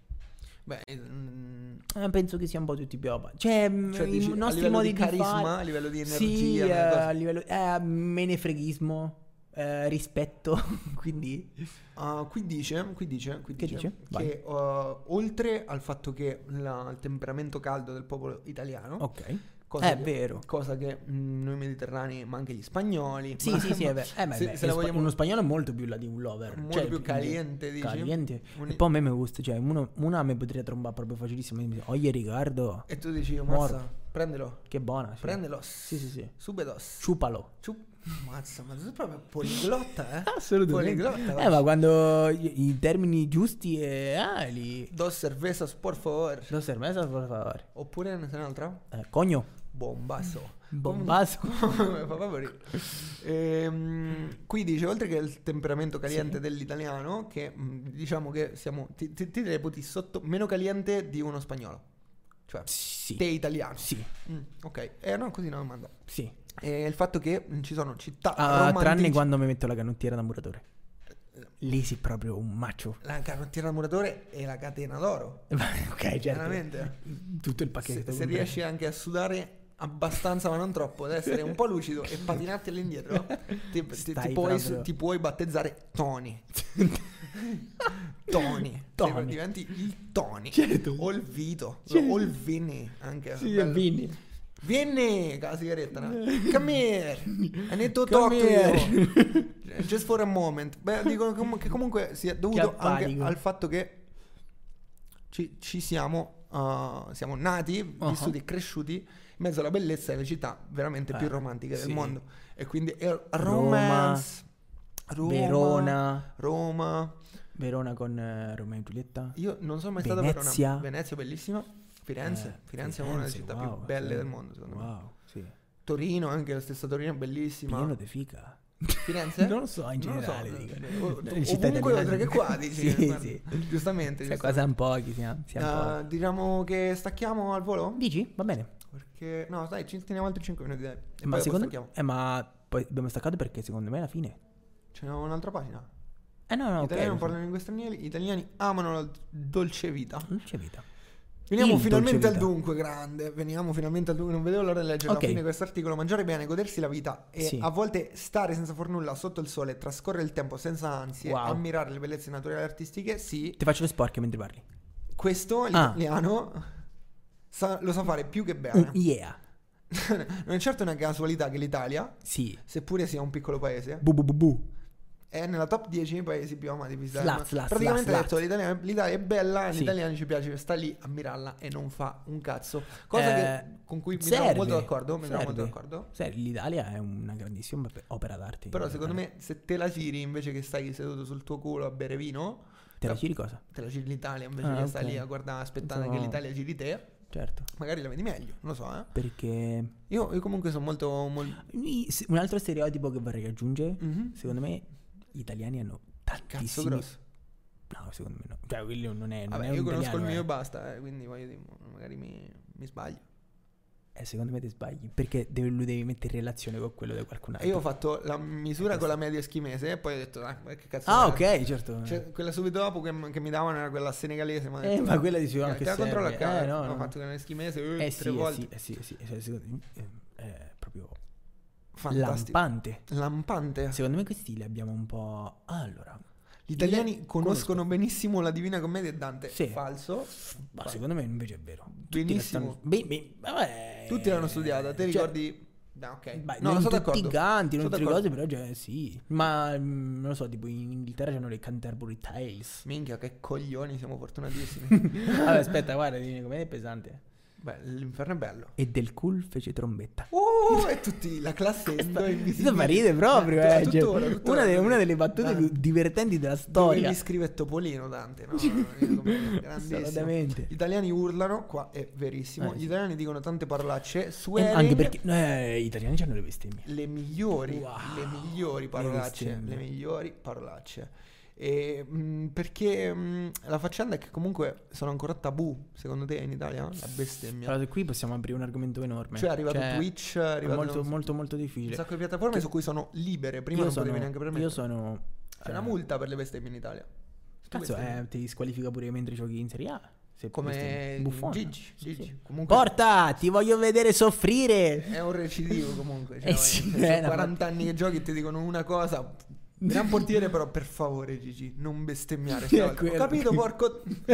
Beh, mm, Eh, penso che siamo tutti più apatici. Cioè, mm, Cioè, i dici, a nostri livello modi di di carisma, fare- a livello di Sì, energia, eh, nelle cose. a livello. Eh, menefreghismo. eh, rispetto. Quindi. Ah, qui dice, qui dice, qui Che dice? Vai. che eh, uh, oltre al fatto che la- il temperamento caldo del popolo italiano, Ok. Cosa È che- vero. Cosa che mh, noi mediterranei, ma anche gli spagnoli. Sì, ma- sì, sì, ma- è vero. Eh, ma è se, vero. se la Lo spa- vogliamo Uno spagnolo è molto più là di un lover. Molto cioè, più caliente, dici? Caliente. Un- E poi a me mi gusta, cioè, uno- una mi potrebbe trombare proprio facilissimo. e mi dice, Oye, Riccardo, E tu dici, "Oh, Morto. mazza, prendilo, che buona. sì. prendilo. Sì, sì, sì. Subito. Ciupalo. Ciu- Mazza, ma tu sei proprio poliglotta, eh? Poliglotta. Assolutamente. Eh, guarda. ma quando i i termini giusti e ah, lì. Dos cervezas, por favor. Lo sermesa, per favore. Oppure ne sei un'altra? Eh, cogno. Bombasso. Bombasso. Come fa proprio ridere. Ehm, qui dice oltre che il temperamento caliente dell'italiano che mh, diciamo che siamo ti, ti, ti reputi sotto meno caliente di uno spagnolo cioè Sì. te italiano Sì, Mm, ok eh no così una domanda sì. e il fatto che mh, ci sono città Ah, romantici- tranne quando mi metto la canottiera da muratore. Lì sì, proprio un macio. la canottiera del muratore e la catena d'oro ok, certo. veramente Tutto il se, pacchetto. se completo. riesci anche a sudare abbastanza ma non troppo ad essere un po' lucido e patinarti all'indietro ti, ti- ti Stai puoi, proprio- ti puoi battezzare Tony Tony Tony. Sei- diventi il Tony Certo. o il Vito Certo. o il Vinny anche Sì, bello. e Vini. Vieni con la sigaretta no? come here I need to Come talk to you just for a moment beh dicono com- che comunque sia dovuto anche apparico. al fatto che ci, ci siamo, uh, siamo nati, Uh-huh. vissuti e cresciuti in mezzo alla bellezza delle città veramente più Eh, romantiche sì. del mondo. E quindi er- Roma, romance, Roma, Verona. Roma. Verona con eh, Romeo e Giulietta. Io non sono mai stato a Venezia. Verona. Venezia è bellissima. Firenze, Eh, Firenze è una delle Firenze, città wow, più belle sì. del mondo, secondo me. Wow, sì. Torino, anche la stessa Torino è bellissima. Pieno di fica. Firenze? Non lo so, in Non lo so, generale. eh, dico. eh, o- Le città ovunque italiane. oltre che qua, dici. eh, sì, guarda, sì. Sai Giustamente. giustamente. qua siamo pochi, siamo, siamo Eh, diciamo che stacchiamo al volo? pochi. Dici? Va bene. Perché no, dai, ci teniamo altri 5 minuti, dai. E ma poi secondo stacchiamo. Eh, ma poi abbiamo staccato perché secondo me è la fine. C'è un'altra pagina. Gli Eh no, no, ok. italiani non lo so. parlano lingue straniere, gli italiani amano la dolce vita. Non c'è vita. Veniamo Il finalmente dolce al vita. dunque, grande. Veniamo finalmente al dunque, non vedevo l'ora di leggere Ok. alla fine questo articolo. Mangiare bene, godersi la vita e Sì. a volte stare senza far nulla sotto il sole, trascorrere il tempo senza ansie, Wow. ammirare le bellezze naturali e artistiche, sì. Ti faccio le sporche mentre parli. Questo Ah. l'italiano sa- lo sa fare più che bene. Uh, yeah. non è certo una casualità che l'Italia, Sì. seppure sia un piccolo paese, Bu bu bu bu. È nella top 10 dei paesi più amati di visitare. Sla, Ma sla, Praticamente sla, ha detto sla. l'Italia, l'Italia è bella, agli Sì. italiani ci piace sta lì a mirarla e non fa un cazzo. Cosa Eh, che, con cui mi serve, trovo molto d'accordo, mi trovo serve. molto d'accordo. Sai, l'Italia è una grandissima pe- opera d'arte. in Però secondo generale. me se te la giri invece che stai seduto sul tuo culo a bere vino, Te la giri cosa? te la giri l'Italia invece Ah, che stai ok. lì a guardare aspettare No. che l'Italia giri te, Certo. magari la vedi meglio, non lo so, eh. Perché Io, io comunque sono molto, mol- Mi- se- Un altro stereotipo che vorrei aggiungere, Mhm. secondo me gli italiani hanno tantissimi... cazzo grosso. No, secondo me no. Cioè, quello non è... Non Vabbè, è io un conosco il italiano, mio e eh. basta, eh, quindi voglio dire, magari mi, mi sbaglio. Eh, secondo me ti sbagli, perché de- lo devi mettere in relazione con quello di qualcun E altro. io ho fatto la misura con la media eschimese e poi ho detto, ah, ma che cazzo Ah, è?" ok, certo. Cioè, quella subito dopo che, che mi davano era quella senegalese. ma ho Eh, detto, ma quella dicevo, "Dai, anche te la serve." controllo a Eh, casa. no, ho no. fatto con eschimese eh, eh, tre sì, eh, volte. sì, eh, sì, eh, sì, eh, cioè, secondo me, ehm, è proprio Fantastico. lampante. Lampante. Secondo me questi li abbiamo un po'... Allora, Gli italiani Io conoscono benissimo la Divina Commedia e Dante. Sì. Falso. ma Falso. secondo me invece è vero. Tutti la Benissimo. stanno- Beh, beh, vabbè, Tutti l'hanno studiata. Te Eh, cioè, ricordi? No, ok. Beh, no, non sono tutti d'accordo. i canti, Sono non tutte le d'accordo. cose, però cioè, sì. Ma mm, non lo so, tipo in Inghilterra c'hanno le Canterbury Tales. Minchia, che coglioni, siamo fortunatissimi. Vabbè, aspetta, guarda, dimmi com'è è pesante. Beh, l'inferno è bello. E del cul fece trombetta. Oh, e tutti la classe endo Questo invisibile. Uh, fa ridere proprio, Ma eh. cioè, tuttora, tuttora. una, delle, una delle battute Dante. più divertenti della Dove storia. mi scrive Topolino Dante, no? Grandissimo. Assolutamente. Gli italiani urlano, qua è verissimo. Eh, Gli sì. italiani dicono tante parolacce, E swearing anche perché eh, gli italiani hanno le bestemmie. le migliori, Wow. le migliori Le parolacce, bestemmie. le migliori parolacce. E, mh, perché mh, la faccenda è che comunque sono ancora tabù, secondo te in Italia? La bestemmia. Allora, da qui possiamo aprire un argomento enorme. Cioè è arrivato Twitch, è È arrivato molto, un, molto, molto un difficile. sacco di piattaforme Che- su cui sono libere, prima io non sono, potevi neanche permettere. Io sono. C'è una eh, multa per le bestemmie in Italia. Tu Cazzo, bestemmi. eh, ti squalifica pure mentre giochi in Serie A. Se Come bestemmi. Buffon. Gigi, Sì, Gigi. sì. Comunque- Porta, ti voglio vedere soffrire. È un recidivo comunque. Cioè, Eh sì, nel senso, eh, no, 40 anni che giochi e ti dicono una cosa. Gran portiere, però, per favore, Gigi, non bestemmiare. Sì, è stavolta. Ho quello. capito, porco.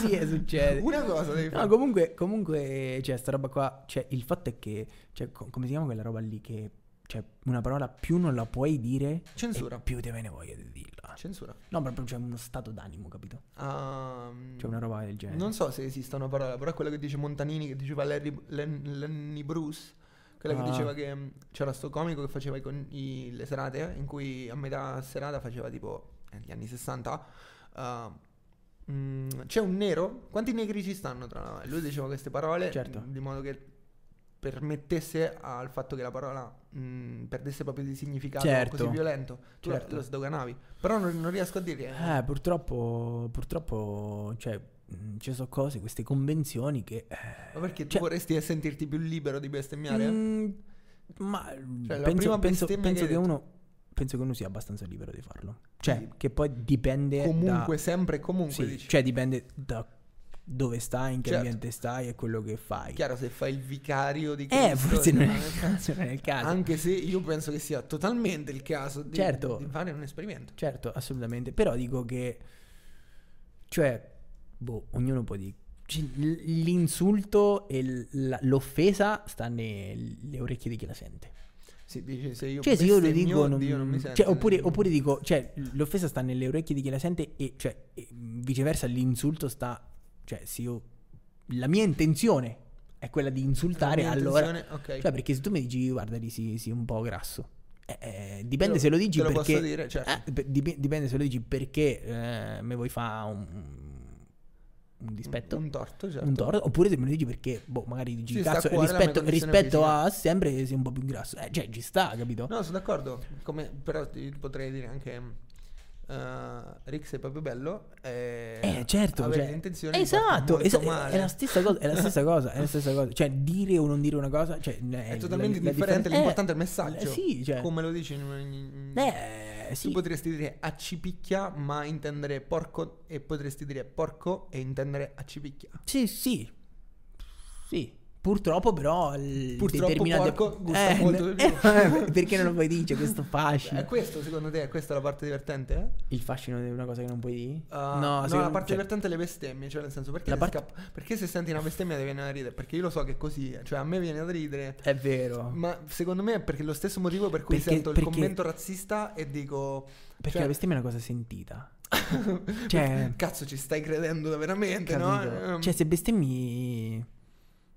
sì, eh, succede. Una cosa devi fare. No, comunque, comunque, cioè, sta roba qua, cioè, il fatto è che, cioè, co- come si chiama quella roba lì che, cioè, una parola più non la puoi dire, Censura. e più te viene voglia di dirla. Censura. No, proprio c'è uno stato d'animo, capito? Ehm, C'è una roba del genere. Non so se esista una parola, però è quella che dice Montanini, che diceva Larry, Len- Lenny Bruce. Quella Ah. che diceva che mm, c'era sto comico che faceva i con- i- le serate, in cui a metà serata faceva tipo eh, gli anni 60. ah, mm, c'è un nero? Quanti negri ci stanno tra noi? Lui diceva queste parole Certo. mm, di modo che permettesse al fatto che la parola mm, perdesse proprio di significato Certo. così violento. Tu la- Certo. lo sdoganavi. Però non, non riesco a dire. Eh, purtroppo, purtroppo, cioè, mh, ci sono cose, queste convenzioni che... eh, Ma perché tu cioè, vorresti sentirti più libero di bestemmiare? mm, ma mm, Cioè, la prima penso, penso- penso bestemmia che hai che detto. uno... Penso che uno sia abbastanza libero di farlo. Cioè, che poi dipende da... Comunque, sempre e comunque Sì, dici. cioè dipende da dove stai, in che Certo. ambiente stai e quello che fai. Chiaro, se fai il vicario di Cristo, eh, forse non è, eh, il caso, non è il caso. Anche se io penso che sia totalmente il caso di, Certo. di fare un esperimento. Certo, assolutamente, però dico che cioè boh, ognuno può dire Cioè, l- L'insulto e l- la- l'offesa sta nelle orecchie di chi la sente. Sì, dici, se io, Cioè, se io lo bestemmio, dico, non, Dio non mi cioè, sente. oppure, Mm. oppure dico, cioè, l'offesa sta nelle orecchie di chi la sente, e cioè, e, mh, viceversa, l'insulto sta, cioè, se io la mia intenzione è quella di insultare, La mia allora, intenzione- ok. cioè, perché se tu mi dici, guarda, lì sì, sì, un po' grasso. eh, eh, dipende Te lo- se lo dici te lo perché. posso dire, certo. eh, per- dip- dipende se lo dici perché eh, me vuoi fa un, un dispetto. Un torto, certo. un torto, oppure se me lo dici perché, boh, magari dici Ci sta a cazzo, cuore la mia rispetto, condizione rispetto fisica." a sempre sei un po' più grasso, eh, cioè ci sta, capito? No, sono d'accordo. Come, però ti potrei dire anche. mm, eh, Rick sei proprio bello. Eh, Eh, certo, avere cioè- l'intenzione esatto, di farti molto esa- male. è la stessa cosa, è la stessa cosa, è la stessa cosa. Cioè, dire o non dire una cosa, cioè, è, È totalmente la- la differente. differen- L'importante è il eh, messaggio. Sì, cioè, Come lo dici. in- in- eh, Tu sì. potresti dire accipicchia, ma intendere porco. E potresti dire porco e intendere accipicchia. sì, sì, sì. Purtroppo, però, il Purtroppo determinate- porco gusta eh, molto n- di più. eh, perché non lo puoi dire questo fascino? Eh, È questo, secondo te, è questa la parte divertente? eh? Il fascino è una cosa che non puoi dire? Uh, secondo- la parte cioè, divertente è le bestemmie, cioè nel senso perché, La se parte- scappa- perché se senti una bestemmia ti viene da ridere? Perché io lo so che è così, cioè a me viene da ridere, è vero. ma secondo me è perché lo stesso motivo per cui Eh. Perché- sento il perché- commento razzista e dico perché cioè- la bestemmia è una cosa sentita. cioè, cazzo ci stai credendo veramente, capito? no? Ehm, Cioè, se bestemmi.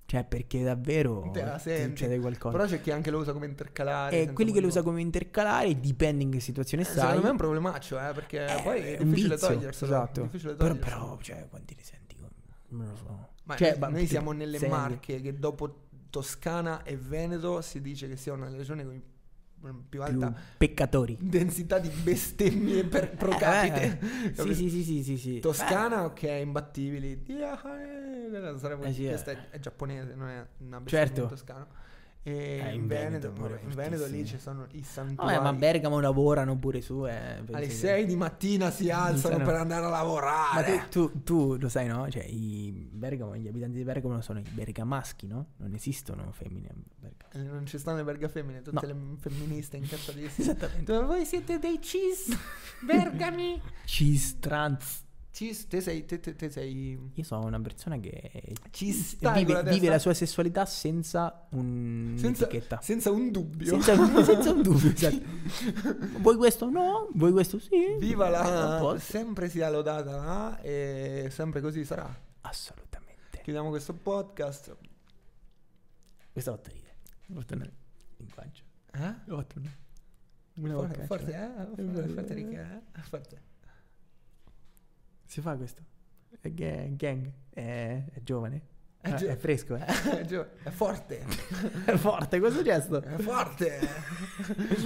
Cioè, perché davvero te la ti senti. succede qualcosa. Però c'è chi anche lo usa come intercalare. e senza Eh, quelli che lo motivo. usa come intercalare, dipende in che situazione Eh, stai. Secondo me è un problemaccio, eh, perché Eh, poi è un difficile vizio, toglierselo. Esatto. è difficile però, toglierselo. però, cioè, quanti ne senti? Non lo so. Ma Cioè, noi- ma- noi siamo nelle senti. Marche che dopo Toscana e Veneto si dice che sia una delle regioni con i- più Più alta peccatori. densità di bestemmie per pro Eh, capite. eh, Capito? sì, sì, sì, sì, sì, sì. Toscana, ok, imbattibili. Dia- eh, quella sarebbe- Eh sì, eh. questa è, è giapponese, non è una bestemmia Certo. in toscano. E Eh, in in Veneto, Veneto pure, vabbè, in Veneto lì fortissimi. ci sono i Vabbè, santuari. eh, ma a Bergamo lavorano pure su. eh, penso alle che- 6 di mattina si alzano Sono- per andare a Ma lavorare. tu, tu- tu lo sai, no? Cioè, i Bergamo, gli abitanti di Bergamo sono i bergamaschi, no? Non esistono femmine a Bergamo. Eh, Non ci stanno le verga femmine, tutte le femministe incazzatissime. Esattamente. Dove voi siete dei cis, vergami. Cis trans. Cis, te sei, te, te- te sei... Io sono una persona che Ci stai con vive, la testa? vive la sua sessualità senza senza, un'etichetta. senza un dubbio. Senza, senza un dubbio, esatto. Vuoi questo? No. Vuoi questo? Sì. Viva A la... posto. Sempre sia lodata la e sempre così sarà. Assolutamente. Chiudiamo questo podcast. Questa volta ride. L'ho fatto una- in guancia. Eh? L'ho fatto una- cioè. una Forte, vocaccia. forte, eh? Forte, ricca, eh? Forte. Si fa questo? È ga- gang. È, è giovane. È Ah, gio- è fresco, eh. Gio- È forte. È forte questo gesto. È forte.